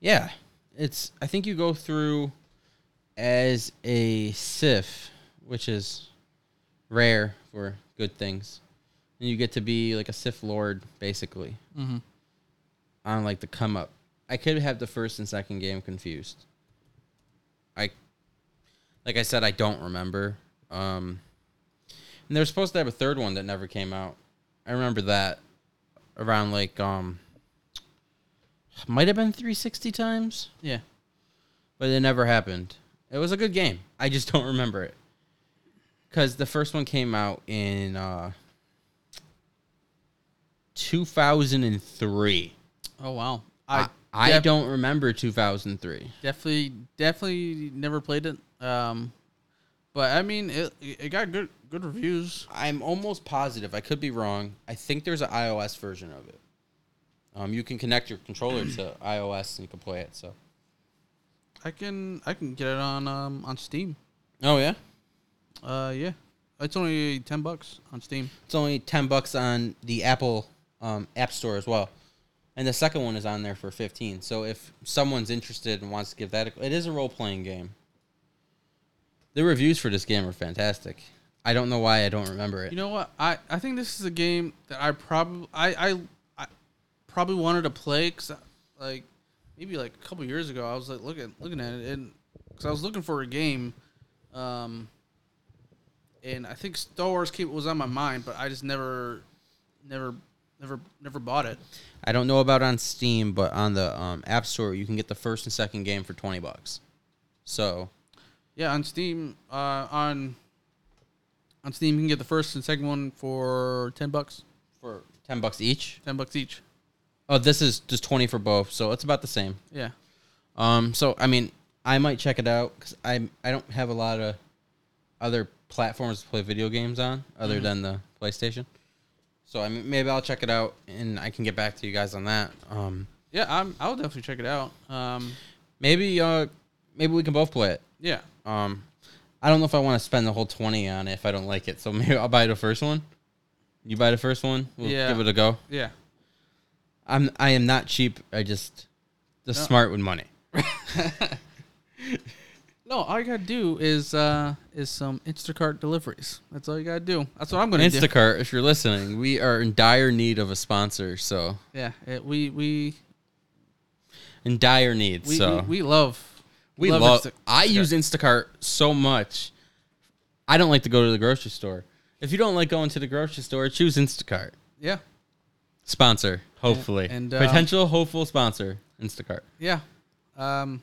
S1: yeah, it's. I think you go through as a Sith, which is rare for good things, and you get to be like a Sith Lord basically
S2: Mm-hmm.
S1: on like the come up. I could have the first and second game confused. I like I said, I don't remember. Um and they were supposed to have a third one that never came out. I remember that around like um might have been 360 times,
S2: Yeah.
S1: but it never happened. It was a good game. I just don't remember it. Cuz the first one came out in uh 2003.
S2: Oh, wow.
S1: I,
S2: I,
S1: I
S2: def-
S1: don't remember 2003.
S2: definitely definitely never played it um but i mean it it got good good reviews
S1: I'm almost positive. I could be wrong. I think there's an iOS version of it. Um, you can connect your controller to iOS and you can play it. So.
S2: i can i can get it on um on steam
S1: Oh yeah,
S2: uh yeah it's only 10 bucks on steam
S1: it's only ten bucks on the Apple um, App Store as well, and the second one is on there for fifteen. So if someone's interested and wants to give that, a, it is a role playing game. The reviews for this game are fantastic. I don't know why I don't remember it.
S2: you know what i i think this is a game that i probably i i, I probably wanted to play because like maybe like a couple years ago i was like looking looking at it and because i was looking for a game um and i think star wars came, was on my mind but i just never never never never bought it
S1: I don't know about on Steam, but on the um, App Store, you can get the first and second game for twenty bucks. So
S2: yeah on steam uh on on steam you can get the first and second one for 10 bucks
S1: for ten bucks each.
S2: 10 bucks each
S1: Oh, this is just twenty for both, so it's about the same.
S2: yeah
S1: Um, so I mean, I might check it out because I I don't have a lot of other platforms to play video games on other than the PlayStation. So I mean, maybe I'll check it out and I can get back to you guys on that. Um,
S2: yeah i'm i'll definitely check it out um
S1: maybe uh, maybe we can both play it.
S2: yeah
S1: Um, I don't know if I want to spend the whole twenty on it if I don't like it. So maybe I'll buy the first one. You buy the first one. We'll
S2: Yeah.
S1: give it a go.
S2: yeah
S1: I'm I am not cheap. I just just
S2: No.
S1: smart with money.
S2: no all you gotta do is uh is some instacart deliveries that's all you gotta do that's what i'm gonna do
S1: Instacart, if you're listening, we are in dire need of a sponsor. So
S2: yeah it, we we
S1: in dire need.
S2: We,
S1: so
S2: we, we love.
S1: we
S2: love
S1: love.
S2: Insta-
S1: I use Instacart so much. I don't like to go to the grocery store. If you don't like going to the grocery store, choose Instacart.
S2: Yeah.
S1: Sponsor, hopefully,
S2: and,
S1: and,
S2: uh,
S1: potential hopeful sponsor, Instacart.
S2: Yeah. Um,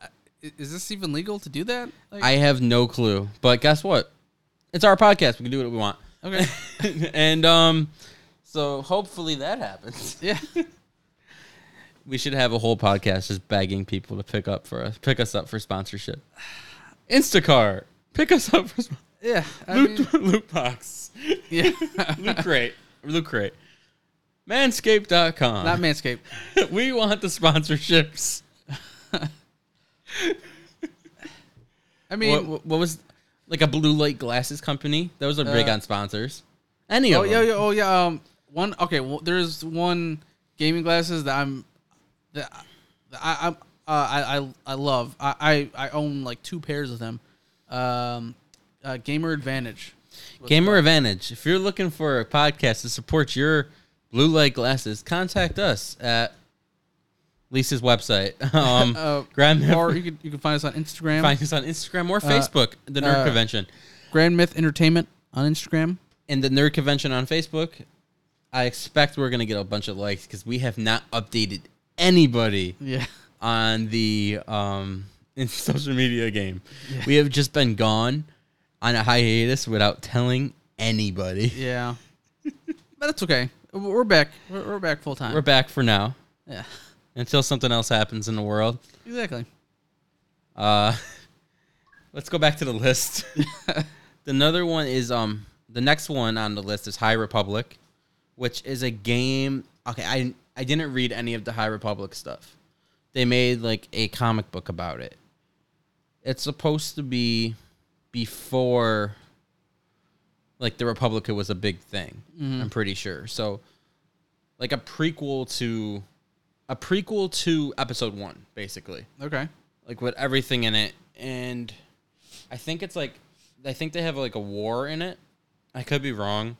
S2: I- i- is this even legal to do that? Like,
S1: I have no clue, but guess what? It's our podcast. We can do what we want.
S2: okay.
S1: and um, so hopefully that happens.
S2: yeah.
S1: We should have a whole podcast just begging people to pick up for us, pick us up for sponsorship. Instacart, pick us up for spon-
S2: Yeah. I mean,
S1: loot, loot box,
S2: yeah.
S1: loot crate, loot crate, manscaped.com.
S2: Not Manscaped.
S1: we want the sponsorships.
S2: I mean,
S1: What, what- what was like a blue light glasses company? Those are big
S2: Uh,
S1: on sponsors. Any
S2: oh
S1: of
S2: yeah,
S1: them.
S2: yeah, oh yeah. Um, one. Okay. Well, there's one gaming glasses that I'm that I- that I I'm, uh, I I I love. I, I I own like two pairs of them. Um, uh, Gamer Advantage.
S1: Gamer Advantage. If you're looking for a podcast to support your blue light glasses, contact us at Lisa's website. Um,
S2: Uh,
S1: Grand Myth-
S2: or you can you can find us on Instagram.
S1: find us on Instagram or Facebook. the Nerd
S2: uh,
S1: Convention
S2: Grand Myth Entertainment on Instagram.
S1: and the Nerd Convention on Facebook. I expect we're gonna get a bunch of likes because we have not updated anybody
S2: Yeah.
S1: on the um, in social media game. We have just been gone on a hiatus without telling anybody.
S2: Yeah. but it's okay. We're back. We're, we're back full time.
S1: We're back for now.
S2: yeah.
S1: until something else happens in the world.
S2: Exactly.
S1: Uh, let's go back to the list. Another one is um the next one on the list is High Republic, which is a game. Okay, I I didn't read any of the High Republic stuff. They made like a comic book about it. It's supposed to be before like the Republic was a big thing. I'm pretty sure. So like a prequel to a prequel to episode 1 basically
S2: Okay.
S1: like with everything in it and i think it's like i think they have like a war in it i could be wrong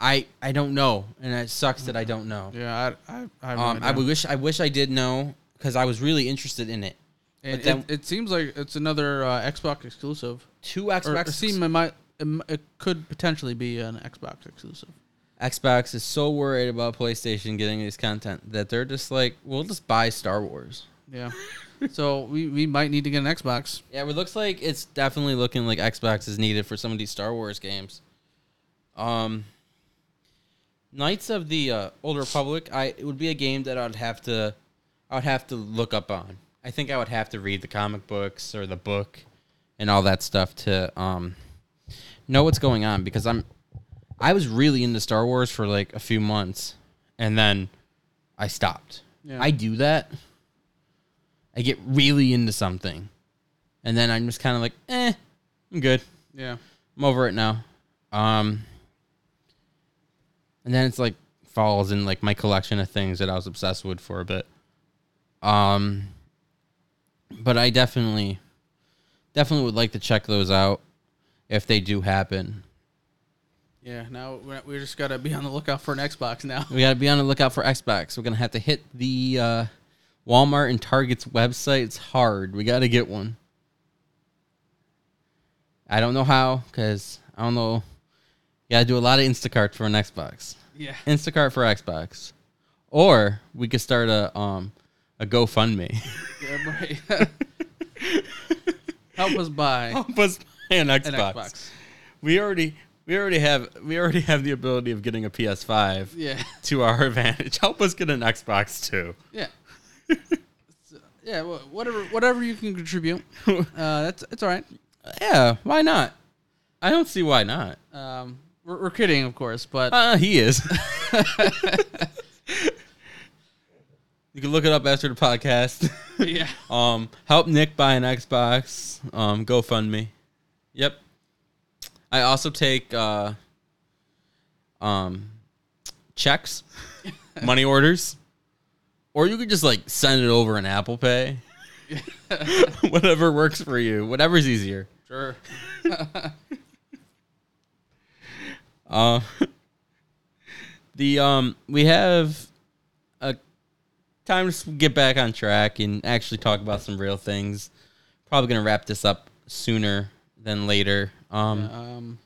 S1: i i don't know and it sucks that i don't know
S2: Yeah. I I I, have no
S1: um i
S2: idea.
S1: wish i wish i did know because i was really interested in it
S2: And
S1: but then-
S2: it, it seems like it's another uh, Xbox exclusive.
S1: two
S2: Or
S1: xbox
S2: it seem it might it, m- it could potentially be an Xbox exclusive.
S1: xbox is so worried about playstation getting this content that they're just like we'll just buy star wars
S2: Yeah. so we, we might need to get an Xbox.
S1: yeah it looks like it's definitely looking like xbox is needed for some of these star wars games Um, Knights of the uh, Old Republic, I it would be a game that I'd have to, I would have to look up on. I think I would have to read the comic books or the book, and all that stuff to um, know what's going on because I'm, I was really into Star Wars for like a few months, and then I stopped.
S2: Yeah.
S1: I do that. I get really into something, and then I'm just kind of like, eh, I'm good.
S2: Yeah.
S1: I'm over it now. Um, and then it's like falls in like my collection of things that I was obsessed with for a bit. Um, but I definitely, definitely would like to check those out if they do happen.
S2: Yeah. Now we we just gotta be on the lookout for an Xbox now.
S1: We gotta be on the lookout for Xbox. We're gonna have to hit the uh, Walmart and Target's websites hard. We gotta get one. I don't know how, cause I don't know. You gotta do a lot of Instacart for an Xbox.
S2: Yeah.
S1: Instacart for Xbox, or we could start a um a GoFundMe.
S2: yeah right. Help us buy an
S1: Help us buy an Xbox.
S2: Xbox.
S1: We already we already have we already have the ability of getting a PS5
S2: Yeah.
S1: to our advantage. Help us get an Xbox too.
S2: Yeah. So, yeah, wha- whatever whatever you can contribute. Uh, that's it's all right.
S1: Yeah, why not? I don't see why not.
S2: Um, we're, we're kidding, of course, but
S1: Uh, he is. you can look it up after the podcast.
S2: yeah,
S1: um, help Nick buy an Xbox. Um, GoFundMe. Yep. I also take uh, um, checks, money orders, or you could just like send it over in Apple Pay. Whatever works for you. Whatever's easier.
S2: sure.
S1: Uh, the um, we have a time to s- get back on track and actually talk about some real things. Probably gonna wrap this up sooner than later. Um,
S2: Um,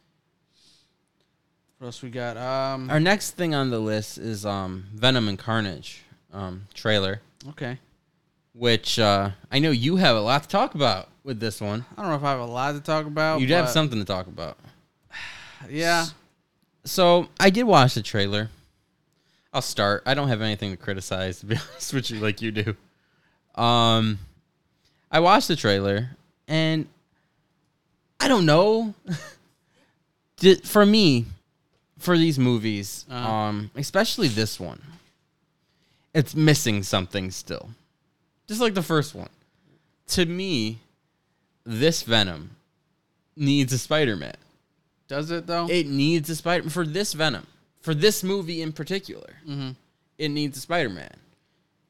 S2: what else we got? Um,
S1: Our next thing on the list is um, Venom and Carnage um, trailer,
S2: okay.
S1: which uh, I know you have a lot to talk about with this one.
S2: I don't know if I have a lot to talk about.
S1: You'd have
S2: but-
S1: something to talk about.
S2: Yeah.
S1: So I did watch the trailer. I'll start. I don't have anything to criticize, to be honest with you, like you do. Um, I watched the trailer, and I don't know. Did- for me, for these movies,
S2: Uh-huh.
S1: um, especially this one, it's missing something still. Just like the first one. To me, this Venom needs a Spider Man.
S2: Does it though?
S1: It needs a Spider for this Venom for this movie in particular. It needs a Spider Man.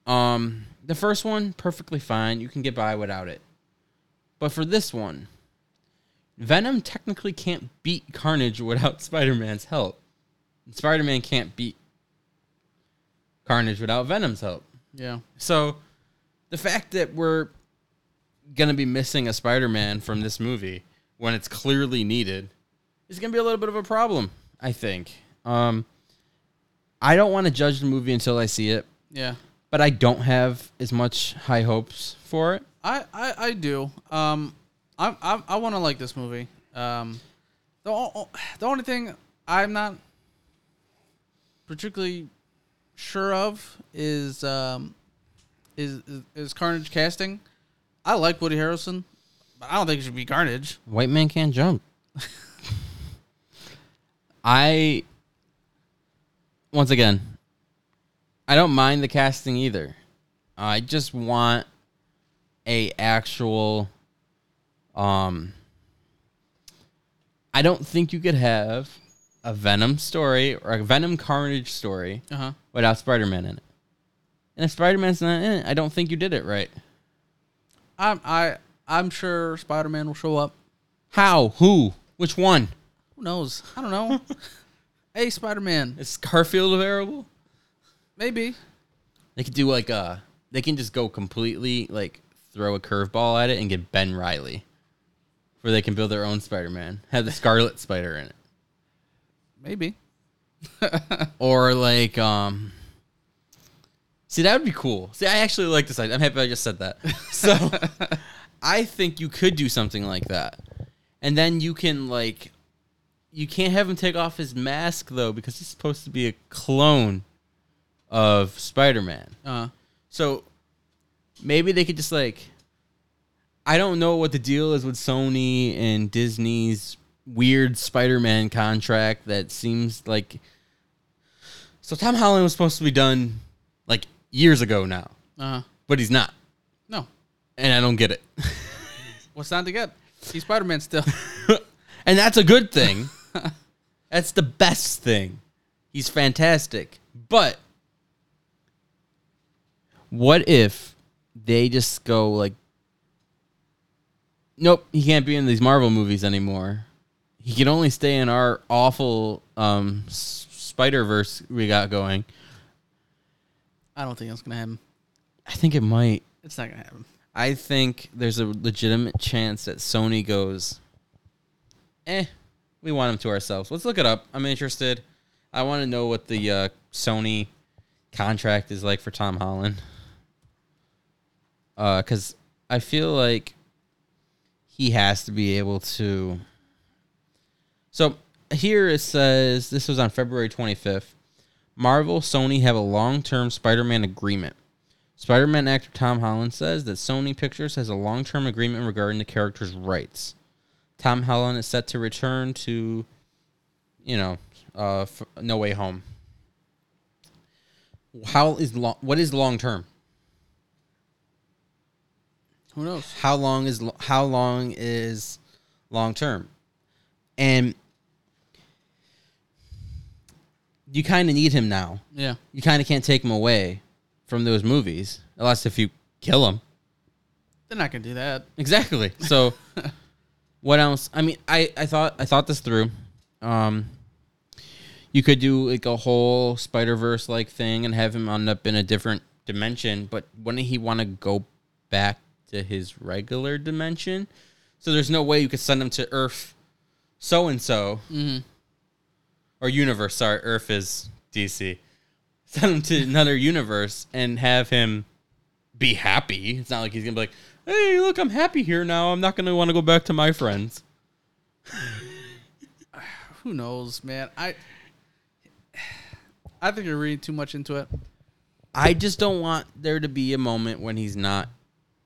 S1: Um, the first one perfectly fine. You can get by without it, but for this one, Venom technically can't beat Carnage without Spider Man's help. Spider Man can't beat Carnage without Venom's help.
S2: yeah.
S1: So, the fact that we're gonna be missing a Spider-Man from this movie when it's clearly needed is gonna be a little bit of a problem, I think. Um, I don't want to judge the movie until I see it,
S2: Yeah.
S1: but I don't have as much high hopes for it.
S2: I, I, I do. Um, I I, I want to like this movie. Um, the o- the only thing I'm not particularly sure of is um is is, is Carnage casting. I like Woody Harrelson, but I don't think it should be Carnage.
S1: White man can't jump. I once again, I don't mind the casting either. I just want a actual um I don't think you could have a Venom story or a Venom Carnage story
S2: Uh huh.
S1: without Spider-Man in it. And if Spider-Man's not in it, I don't think you did it right.
S2: I'm I I'm sure Spider Man will show up.
S1: How? Who? Which one?
S2: Who knows? I don't know. hey, Spider Man,
S1: Is Garfield available?
S2: maybe.
S1: They could do like a. They can just go completely like throw a curveball at it and get Ben Riley, where they can build their own Spider-Man. Have the Scarlet Spider in it,
S2: Maybe.
S1: or like um. See, that would be cool. See, I actually like this idea. I'm happy I just said that. So, I think you could do something like that, and then you can like, you can't have him take off his mask though because he's supposed to be a clone of Spider-Man.
S2: Uh
S1: So maybe they could just like I don't know what the deal is with Sony and Disney's weird Spider-Man contract that seems like So Tom Holland was supposed to be done like years ago now,
S2: uh.
S1: but he's not.
S2: No,
S1: And I don't get it.
S2: what's not to get? He's Spider Man still.
S1: and that's a good thing. that's the best thing. He's fantastic. But what if they just go like Nope, he can't be in these Marvel movies anymore. He can only stay in our awful um Spider-Verse we got going.
S2: I don't think that's gonna happen.
S1: I think it might
S2: It's not gonna happen.
S1: I think there's a legitimate chance that Sony goes, eh, we want them to ourselves. Let's look it up. I'm interested. I want to know what the uh, Sony contract is like for Tom Holland. Because I feel like he has to be able to. So here it says this was on February 25th. Marvel, Sony have a long term Spider Man agreement. Spider Man actor Tom Holland says that Sony Pictures has a long term agreement regarding the character's rights. Tom Holland is set to return to, you know, uh, f- No Way Home. How is long? What is long term?
S2: Who knows?
S1: How long is lo- how long is long term? And you kind of need him now.
S2: Yeah.
S1: you kind of can't take him away from those movies unless if you kill him.
S2: They're not gonna do that.
S1: Exactly. So what else? I mean, I I thought I thought this through. Um you could do like a whole Spider-Verse like thing and have him end up in a different dimension, but wouldn't he want to go back to his regular dimension? So there's no way you could send him to Earth so and so. Or universe, sorry, Earth is DC. Send him to another universe and have him be happy. It's not like he's gonna be like, hey, look, I'm happy here now. I'm not gonna want to go back to my friends.
S2: Who knows, man? I I think you're reading too much into it.
S1: I just don't want there to be a moment when he's not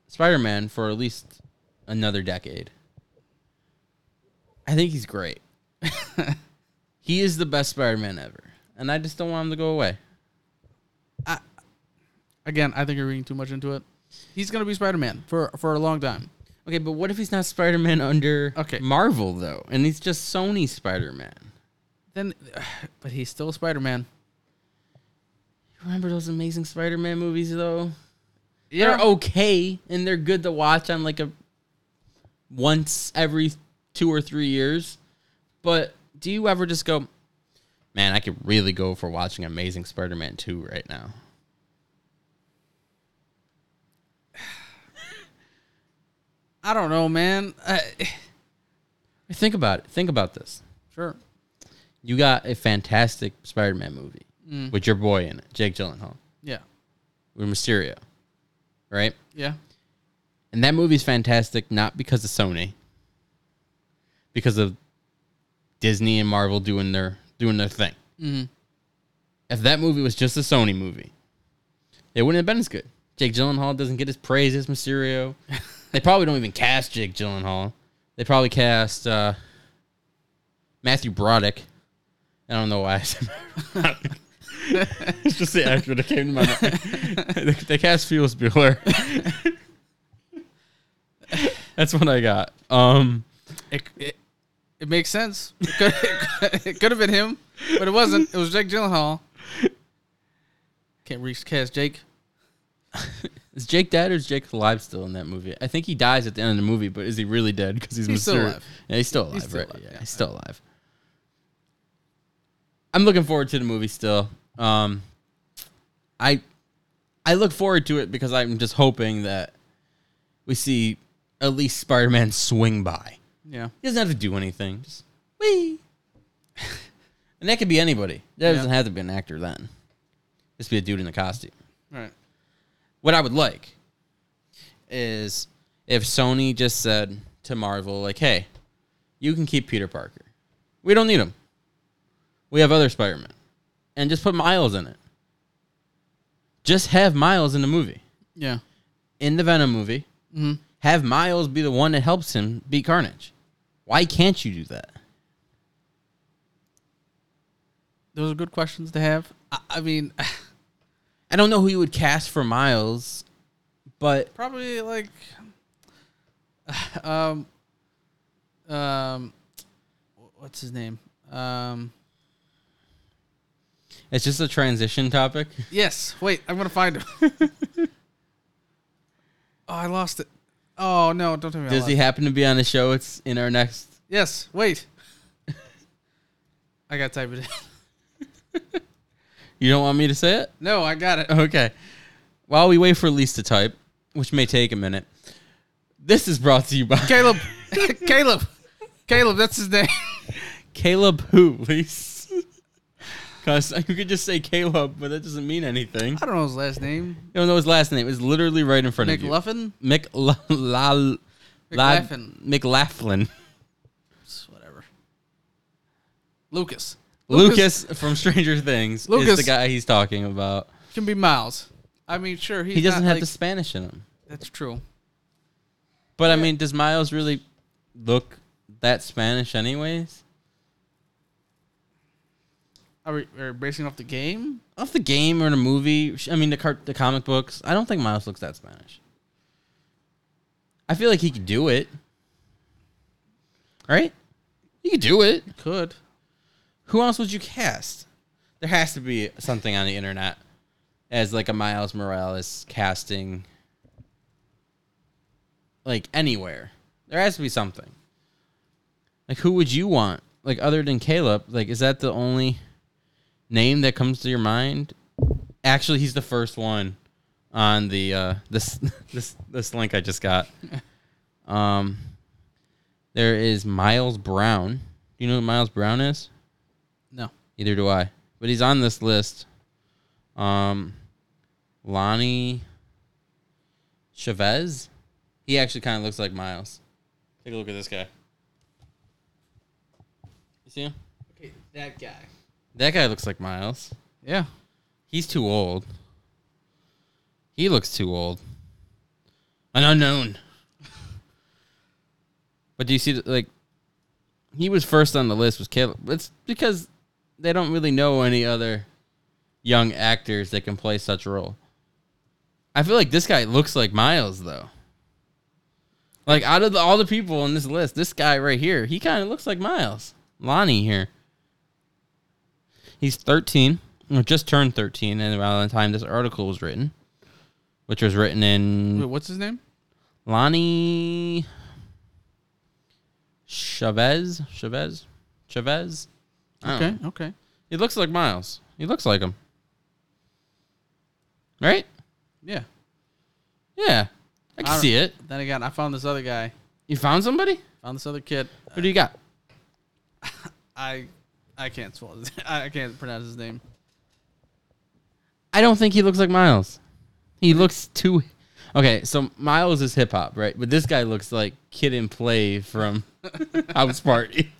S1: Spider Man for at least another decade. I think he's great. he is the best Spider Man ever. And I just don't want him to go away.
S2: Again, I think you're reading too much into it. He's gonna be Spider-Man for for a long time.
S1: Okay, but what if he's not Spider Man under
S2: Okay.
S1: Marvel, though? And he's just Sony Spider Man?
S2: Then, but he's still Spider-Man.
S1: Remember those amazing Spider Man movies, though?
S2: Yeah.
S1: They're okay and they're good to watch on like a once every two or three years. But do you ever just go, man, I could really go for watching Amazing Spider Man 2 right now?
S2: I don't know, man. I,
S1: Think about it. Think about this.
S2: sure.
S1: You got a fantastic Spider Man movie with your boy in it, Jake Gyllenhaal,
S2: Yeah.
S1: with Mysterio, right?
S2: Yeah.
S1: And that movie's fantastic not because of Sony, because of Disney and Marvel doing their doing their thing.
S2: Mhm.
S1: If that movie was just a Sony movie, it wouldn't have been as good. Jake Gyllenhaal doesn't get his praise as Mysterio. they probably don't even cast Jake Gyllenhaal. They probably cast uh, Matthew Broderick. I don't know why I said Broderick. it's just the actor that came to my mind. they, they cast Felix Bueller. That's what I got. Um,
S2: It, it, it makes sense. It could, it, could, have been him, but it wasn't. It was Jake Gyllenhaal. Can't reach cast Jake.
S1: is Jake dead or is Jake alive still in that movie? I think he dies at the end of the movie, but is he really dead? Because he's,
S2: He's still
S1: Mysterio.
S2: alive.
S1: Yeah, he's still alive,
S2: He's still
S1: right?
S2: alive,
S1: yeah,
S2: yeah.
S1: he's still alive. I'm looking forward to the movie still. Um, I I look forward to it because I'm just hoping that we see at least Spider-Man swing by.
S2: Yeah.
S1: He doesn't have to do anything. Just wee. and that could be anybody. That
S2: Yeah.
S1: doesn't have to be an actor then. Just be a dude in a costume.
S2: Right.
S1: What I would like is if Sony just said to Marvel, like, hey, you can keep Peter Parker. We don't need him. We have other Spider Man. And just put Miles in it. Just have Miles in the movie.
S2: Yeah.
S1: In the Venom movie.
S2: Mhm.
S1: Have Miles be the one that helps him beat Carnage. Why can't you do that?
S2: Those are good questions to have. I, I mean,
S1: I don't know who you would cast for Miles, but
S2: probably like, um, um, what's his name? Um,
S1: it's just a transition topic.
S2: yes. Wait, I'm gonna find him. oh, I lost it. Oh no! Don't tell me. I
S1: Does
S2: lost
S1: he
S2: it.
S1: happen to be on the show? It's in our next.
S2: Yes. Wait. I gotta type it in.
S1: You don't want me to say it?
S2: No, I got it.
S1: Okay. While we wait for Elise to type, which may take a minute, this is brought to you by
S2: Caleb. Caleb. Caleb. That's his name.
S1: Caleb who, Elise? Because you could just say Caleb, but that doesn't mean anything.
S2: I don't know his last name.
S1: You don't know his last name. It's literally right in front of you.
S2: McLuffin.
S1: Mick La- La- La-
S2: McLaughlin.
S1: McLaughlin.
S2: It's Whatever. Lucas.
S1: Lucas, from Stranger Things is
S2: Lucas-
S1: the guy he's talking about.
S2: can be Miles. I mean, sure. He's
S1: He doesn't
S2: not,
S1: have
S2: like-
S1: the Spanish in him.
S2: That's true.
S1: But I mean, does Miles really look that Spanish anyways?
S2: Are we, are we basing off the game?
S1: Off the game or the movie, sh- I mean the cart, the comic books. I don't think Miles looks that Spanish. I feel like he could do it. Right? He could do it.
S2: Could.
S1: Who else would you cast? There has to be something on the internet as like a Miles Morales casting like anywhere. There has to be something. Like who would you want? Like other than Caleb, like is that the only name that comes to your mind? Actually, he's the first one on the uh, this this this link I just got. Um, there is Miles Brown. Do you know who Miles Brown is?
S2: No.
S1: Neither do I. But he's on this list. Um, Lonnie Chavez. He actually kind of looks like Miles. Take a look at this guy. You see him?
S2: Okay, that guy.
S1: That guy looks like Miles.
S2: Yeah.
S1: He's too old. He looks too old. An unknown. but do you see, that, like, he was first on the list was Caleb. It's because they don't really know any other young actors that can play such a role. I feel like this guy looks like Miles, though. Like, out of the, all the people on this list, this guy right here, he kind of looks like Miles. Lonnie here. He's 13, or just turned 13, and around the time this article was written, which was written
S2: Wait,
S1: in
S2: what's his name?
S1: Lonnie Chavez, Chavez, Chavez. I don't
S2: Okay.
S1: know.
S2: Okay.
S1: he looks like Miles. He looks like him, right?
S2: Yeah.
S1: Yeah, I can
S2: I don't-
S1: see it.
S2: Then again, I found this other guy.
S1: You found somebody?
S2: Found this other kid.
S1: Who do you got?
S2: I, I can't swallow. His, I can't pronounce his name.
S1: I don't think he looks like Miles. He looks too. Okay, so Miles is hip hop, right? But this guy looks like Kid and Play from House Party.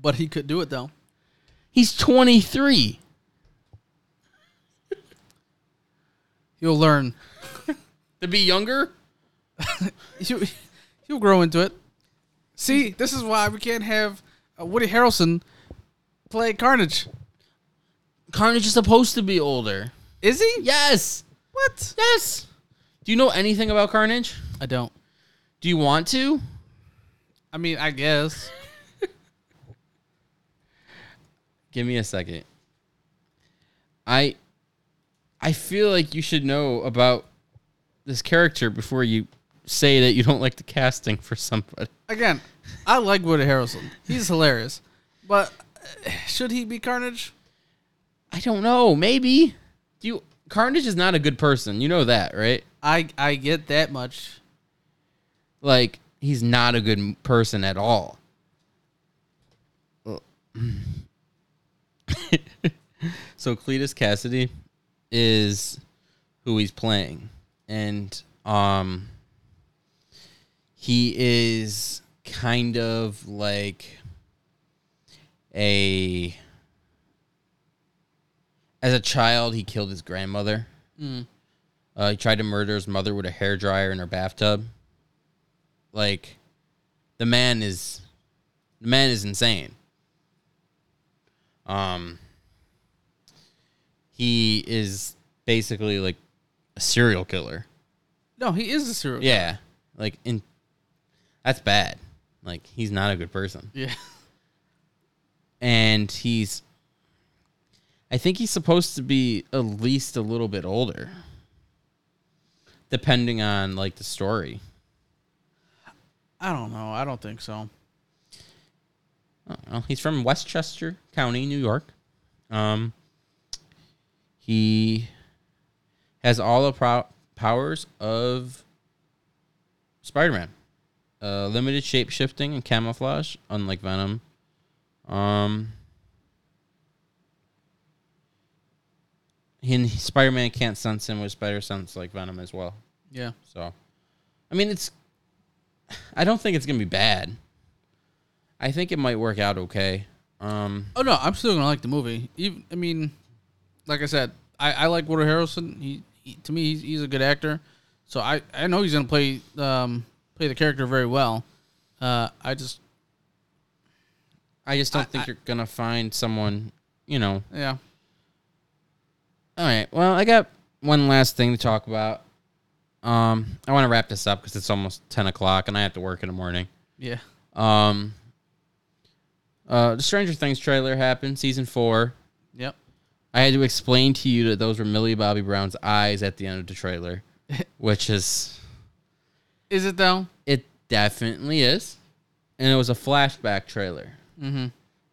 S2: But he could do it though.
S1: He's 23.
S2: He'll learn.
S1: To be younger?
S2: He'll, he'll grow into it. See, this is why we can't have uh, Woody Harrelson play Carnage.
S1: Carnage is supposed to be older.
S2: Is he?
S1: Yes.
S2: What?
S1: Yes. Do you know anything about Carnage?
S2: I don't.
S1: Do you want to?
S2: I mean, I guess.
S1: Give me a second. I I feel like you should know about this character before you say that you don't like the casting for somebody.
S2: Again, I like Woody Harrelson. He's hilarious. But uh, should he be Carnage?
S1: I don't know. Maybe. Do you Carnage is not a good person. You know that, right?
S2: I I get that much.
S1: Like he's not a good m- person at all. so Cletus Cassidy is who he's playing and um he is kind of like a as a child he killed his grandmother uh, he tried to murder his mother with a hairdryer in her bathtub like the man is the man is insane um he is basically like a serial killer
S2: No, he is a serial.
S1: yeah like in that's bad like he's not a good person
S2: Yeah.
S1: and he's I think he's supposed to be at least a little bit older depending on like the story
S2: I don't know. I don't think so.
S1: I don't know. He's from Westchester County, New York. Um, he has all the pro- powers of Spider-Man. Uh, limited shape shifting and camouflage, unlike Venom. Um, and Spider-Man can't sense him with Spider Sense like Venom as well.
S2: Yeah.
S1: So, I mean, it's. I don't think it's gonna be bad. I think it might work out okay. Um,
S2: Oh no, I'm still gonna like the movie. Even, I mean, like I said, I, I like Woody Harrelson. He, he to me, he's, he's a good actor. So I, I know he's gonna play um play the character very well. Uh, I just
S1: I just don't think you're gonna find someone. You know.
S2: yeah.
S1: All right. Well, I got one last thing to talk about. Um, I want to wrap this up because it's almost ten o'clock and I have to work in the morning.
S2: Yeah.
S1: Um, uh, the Stranger Things trailer happened, season four.
S2: Yep.
S1: I had to explain to you that those were Millie Bobby Brown's eyes at the end of the trailer, which is
S2: Is it though?
S1: It definitely is. And it was a flashback trailer.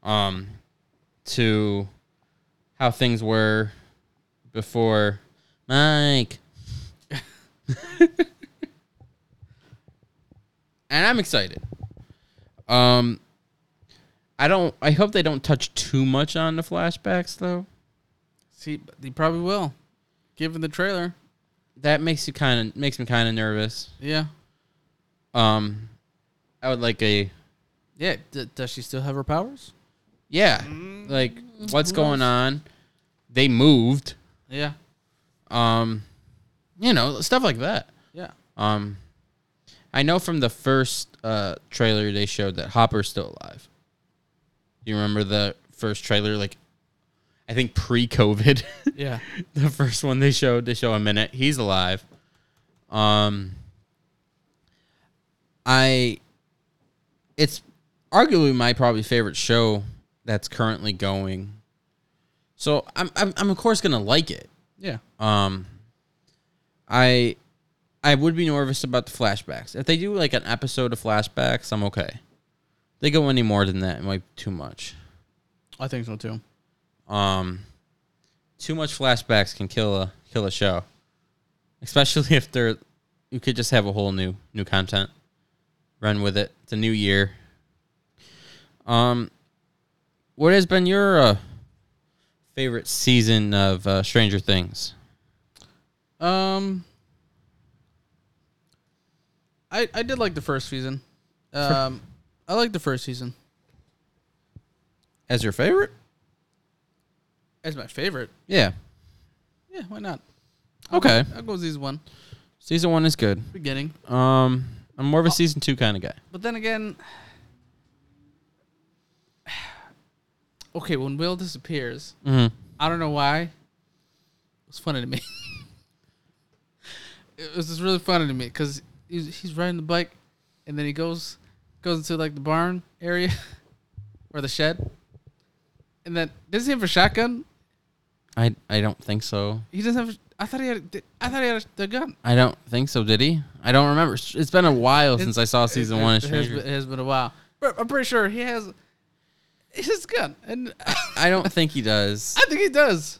S1: Um, to how things were before Mike. and I'm excited. Um I don't I hope they don't touch too much on the flashbacks though.
S2: See, but they probably will, given the trailer.
S1: That makes you kind of makes me kind of nervous.
S2: Yeah,
S1: Um I would like a
S2: yeah. D- does she still have her powers?
S1: yeah, like what's going on? They moved.
S2: Yeah,
S1: Um you know, stuff like that.
S2: yeah.
S1: Um, I know from the first uh, trailer they showed that Hopper's still alive. You remember the first trailer, like I think pre-COVID,
S2: Yeah.
S1: the first one they showed. They show him in it. He's alive. Um, I, it's arguably my probably favorite show that's currently going. So I'm I'm, I'm of course gonna like it.
S2: Yeah.
S1: Um, I I would be nervous about the flashbacks. If they do like an episode of flashbacks, I'm okay. They go any more than that, it might be too much.
S2: I think so too.
S1: Um, too much flashbacks can kill a kill a show, especially if they're. You could just have a whole new new content, run with it. It's a new year. Um, what has been your uh, favorite season of uh, Stranger Things?
S2: Um, I I did like the first season. Um, I like the first season
S1: As your favorite?
S2: as my favorite.
S1: Yeah.
S2: Yeah, why not?
S1: Okay.
S2: I'll go with season one
S1: Season one is good.
S2: beginning.
S1: Um, I'm more of a season two kind of guy.
S2: But then again, okay, when Will disappears,
S1: Mm-hmm.
S2: I don't know why. It was funny to me. it was just really funny to me because he's, he's riding the bike, and then he goes goes into like the barn area or the shed, and then does he have a shotgun?
S1: I I don't think so.
S2: He doesn't have. I thought he had. I thought he had a, gun.
S1: I don't think so. Did he? I don't remember. It's been a while since I saw season one. Of
S2: It has,
S1: Stranger.
S2: been, it has been a while. But I'm pretty sure he has. His gun, and I
S1: I don't think he does.
S2: think he does.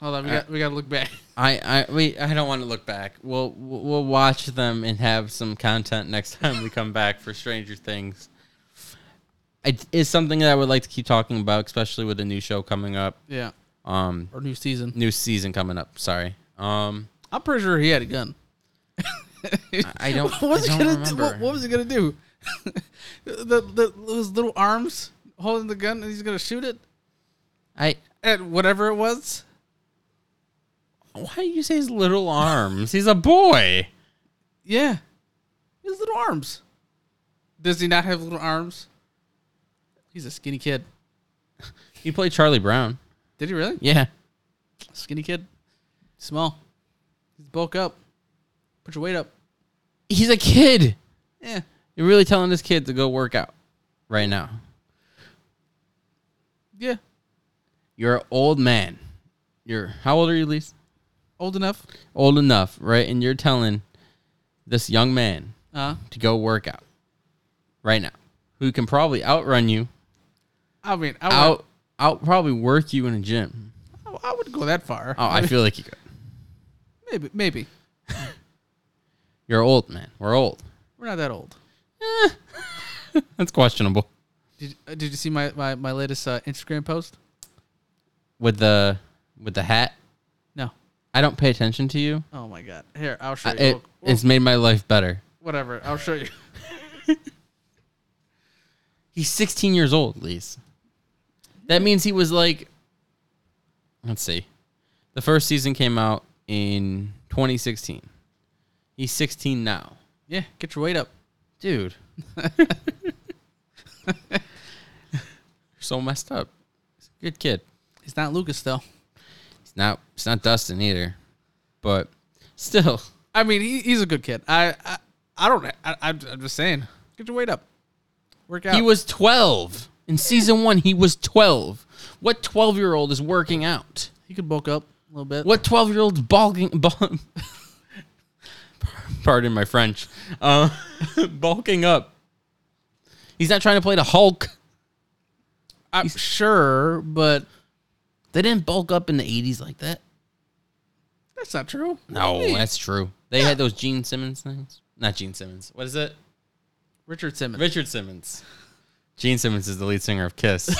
S2: Hold on, we got we got to look back.
S1: I I wait. I don't want to look back. We'll we'll watch them and have some content next time we come back for Stranger Things. It is something that I would like to keep talking about, especially with a new show coming up.
S2: Yeah,
S1: Um,
S2: or new season.
S1: new season coming up. Sorry. Um,
S2: I'm pretty sure he had a gun.
S1: I don't-
S2: What was
S1: I
S2: he
S1: don't
S2: gonna do? What,
S1: remember.
S2: what was he gonna do? the, the those little arms holding the gun, and he's gonna shoot it
S1: I
S2: at whatever it was.
S1: why do you say his little arms? He's a boy.
S2: Yeah, his little arms. Does he not have little arms? He's a skinny kid.
S1: He played Charlie Brown.
S2: Did he really?
S1: Yeah.
S2: Skinny kid, small. He's bulk up. Put your weight up.
S1: He's a kid.
S2: Yeah.
S1: You're really telling this kid to go work out right now.
S2: Yeah.
S1: You're an old man. You're how old are you, Lise?
S2: Old enough.
S1: Old enough, right? And you're telling this young man
S2: Uh,
S1: to go work out right now. Who can probably outrun you,
S2: I mean, I would,
S1: out out probably work you in a gym.
S2: I would go that far.
S1: Oh, I feel like you could.
S2: Maybe, maybe.
S1: You're old, man. We're old.
S2: We're not that old.
S1: That's questionable.
S2: Did, uh, did you see my, my, my latest uh, Instagram post?
S1: With the with the hat,
S2: No. Uh,
S1: I don't pay attention to you.
S2: Oh my god. Here, I'll show
S1: I,
S2: you.
S1: it,
S2: Well,
S1: it's made my life better.
S2: whatever. I'll show you.
S1: He's 16 years old, Lise. That means he was like, let's see. The first season came out in 2016. He's 16 now.
S2: Yeah, get your weight up.
S1: Dude. so messed up. He's a good kid.
S2: It's not Lucas though.
S1: He's not, he's not Dustin either. But still,
S2: I mean, he, he's a good kid. I I, I don't. I, I'm, I'm just saying. Get your weight up. Work out.
S1: he was 12. In season one, he was 12. What 12 year old is working out?
S2: He could bulk up a little bit.
S1: What twelve year old's bulking? Bul- Pardon my French. Uh, bulking up. He's not trying to play the Hulk.
S2: I'm sure, but
S1: They didn't bulk up in the eighties like that.
S2: That's not true.
S1: No, that's true. They had those Gene Simmons things. Not Gene Simmons. What is it?
S2: Richard Simmons.
S1: Richard Simmons. Gene Simmons is the lead singer of Kiss.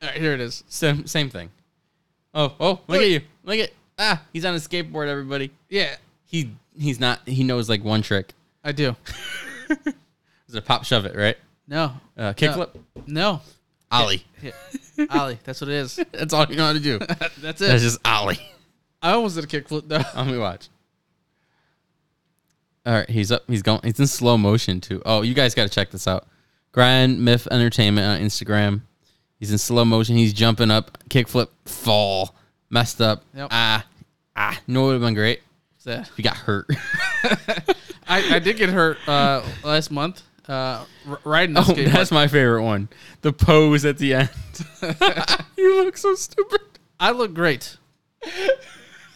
S2: All right, here it is.
S1: same, same thing. Oh, oh, look at you. Look at ah, he's on a skateboard, everybody.
S2: Yeah,
S1: He he's not he knows like one trick.
S2: I do.
S1: It's a pop shove it, right?
S2: No,
S1: Uh, kickflip.
S2: no,
S1: Ollie.
S2: Yeah. Ollie. That's what it is.
S1: That's all you know how to do.
S2: That's
S1: That's
S2: it.
S1: just Ollie.
S2: I almost did a kickflip though.
S1: Let me watch. All right, he's up. He's going. It's in slow motion too. Oh, you guys got to check this out. Grind Myth Entertainment on Instagram. He's in slow motion. He's jumping up, kickflip, fall, messed up.
S2: Yep.
S1: Ah, ah. You know what would have been great?
S2: So,
S1: If you got hurt.
S2: I, I did get hurt uh, last month uh, r- riding a
S1: oh,
S2: skateboard.
S1: that's my favorite one. The pose at the end. you look so stupid.
S2: I look great.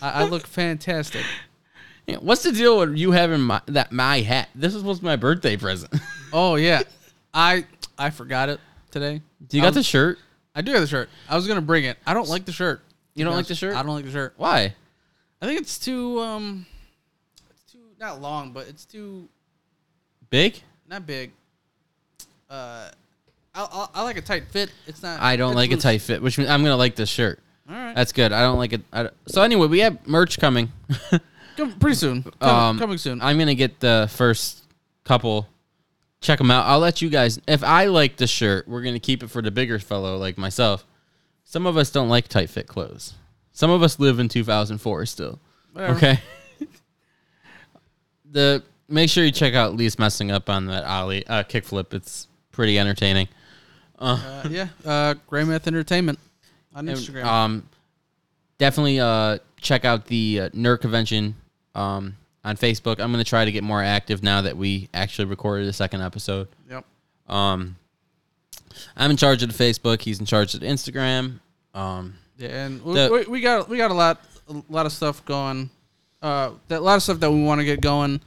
S2: I, I look fantastic.
S1: Yeah, What's the deal with you having my that my hat? This was supposed to be my birthday present.
S2: Oh yeah, I I forgot it today.
S1: Do you
S2: I
S1: got
S2: was-
S1: the shirt?
S2: I do have the shirt. I was gonna bring it. I don't like the shirt.
S1: You don't like the
S2: Because
S1: shirt?
S2: I don't like the shirt.
S1: Why?
S2: I think it's too um, it's too not long, but it's too
S1: Big?
S2: not big. Uh, I, I, I like a tight fit. It's not.
S1: I don't
S2: it's
S1: like
S2: loose.
S1: a tight fit, which means I'm gonna like this shirt.
S2: All right,
S1: That's good. I don't like it. I don't- so anyway, we have merch coming.
S2: Come, pretty soon. Come,
S1: Um,
S2: coming soon.
S1: I'm gonna get the first couple. Check them out. I'll let you guys. If I like the shirt, we're gonna keep it for the bigger fellow like myself. Some of us don't like tight fit clothes. Some of us live in 2004 still.
S2: Whatever.
S1: Okay. the make sure you check out Lee's messing up on that ollie uh, kickflip. It's pretty entertaining.
S2: Uh, yeah. Uh, Gray Myth Entertainment on
S1: And,
S2: Instagram.
S1: Um, definitely uh, check out the uh, nerd convention um, on Facebook. I'm gonna try to get more active now that we actually recorded the second episode.
S2: yep.
S1: Um, I'm in charge of the Facebook. He's in charge of the Instagram. Um,
S2: Yeah, and we,
S1: The-
S2: we, we got we got a lot a lot of stuff going. Uh, that a lot of stuff that we want to get going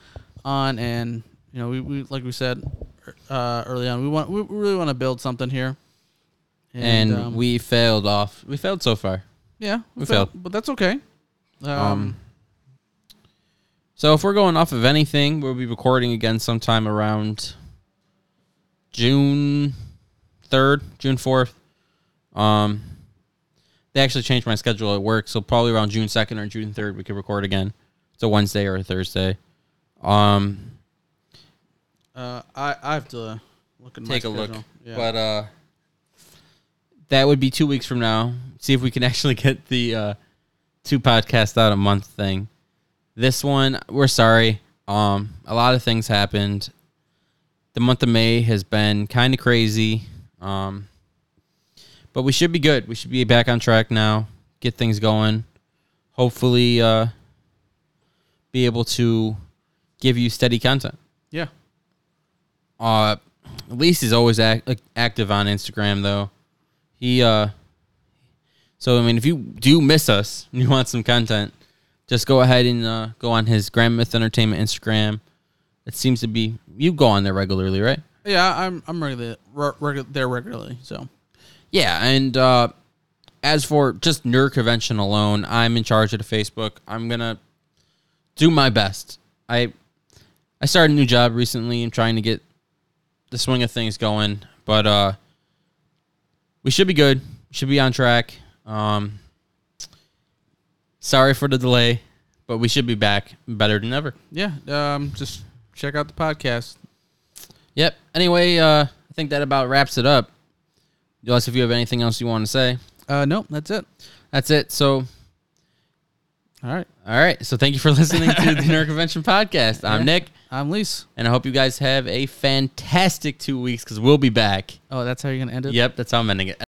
S2: on, and you know, we, we like we said uh, early on, we want we really want to build something here.
S1: and
S2: um,
S1: we failed off. We failed so far.
S2: yeah we,
S1: we
S2: failed,
S1: failed.
S2: but that's okay. Um,
S1: Um, So if we're going off of anything, we'll be recording again sometime around June third, June fourth. Um, they actually changed my schedule at work, so probably around June second or June third, we could record again. It's a Wednesday or a Thursday. Um,
S2: uh, I I have to look at my
S1: take a look,
S2: schedule. Yeah.
S1: but uh, that would be two weeks from now. See if we can actually get the uh, two podcasts out a month thing. This one, we're sorry. Um, a lot of things happened. The month of May has been kind of crazy. Um, but we should be good. We should be back on track now. Get things going. Hopefully, uh, be able to give you steady content.
S2: yeah,
S1: Uh, Elise is always act, like, active on Instagram though. He uh, so I mean, if you do miss us and you want some content, just go ahead and uh, go on his Grand Myth Entertainment Instagram. It seems to be you go on there regularly, right?
S2: yeah, I'm I'm regular, re- regu- there regularly. So
S1: Yeah, and uh, as for just nerd convention alone, I'm in charge of the Facebook. I'm gonna do my best. I I started a new job recently. I'm trying to get the swing of things going, but uh, we should be good. Should be on track. Um, sorry for the delay, but we should be back better than ever.
S2: yeah, um, just check out the podcast.
S1: Yep. Anyway, uh, I think that about wraps it up. Unless if you have anything else you want to say,
S2: Uh, nope, that's it.
S1: that's it. So.
S2: All right,
S1: All right. So thank you for listening to the Nerd Convention Podcast. I'm Nick,
S2: I'm Lise.
S1: and I hope you guys have a fantastic two weeks because we'll be back.
S2: Oh, that's how you're gonna end it.
S1: Yep, that's how I'm ending it.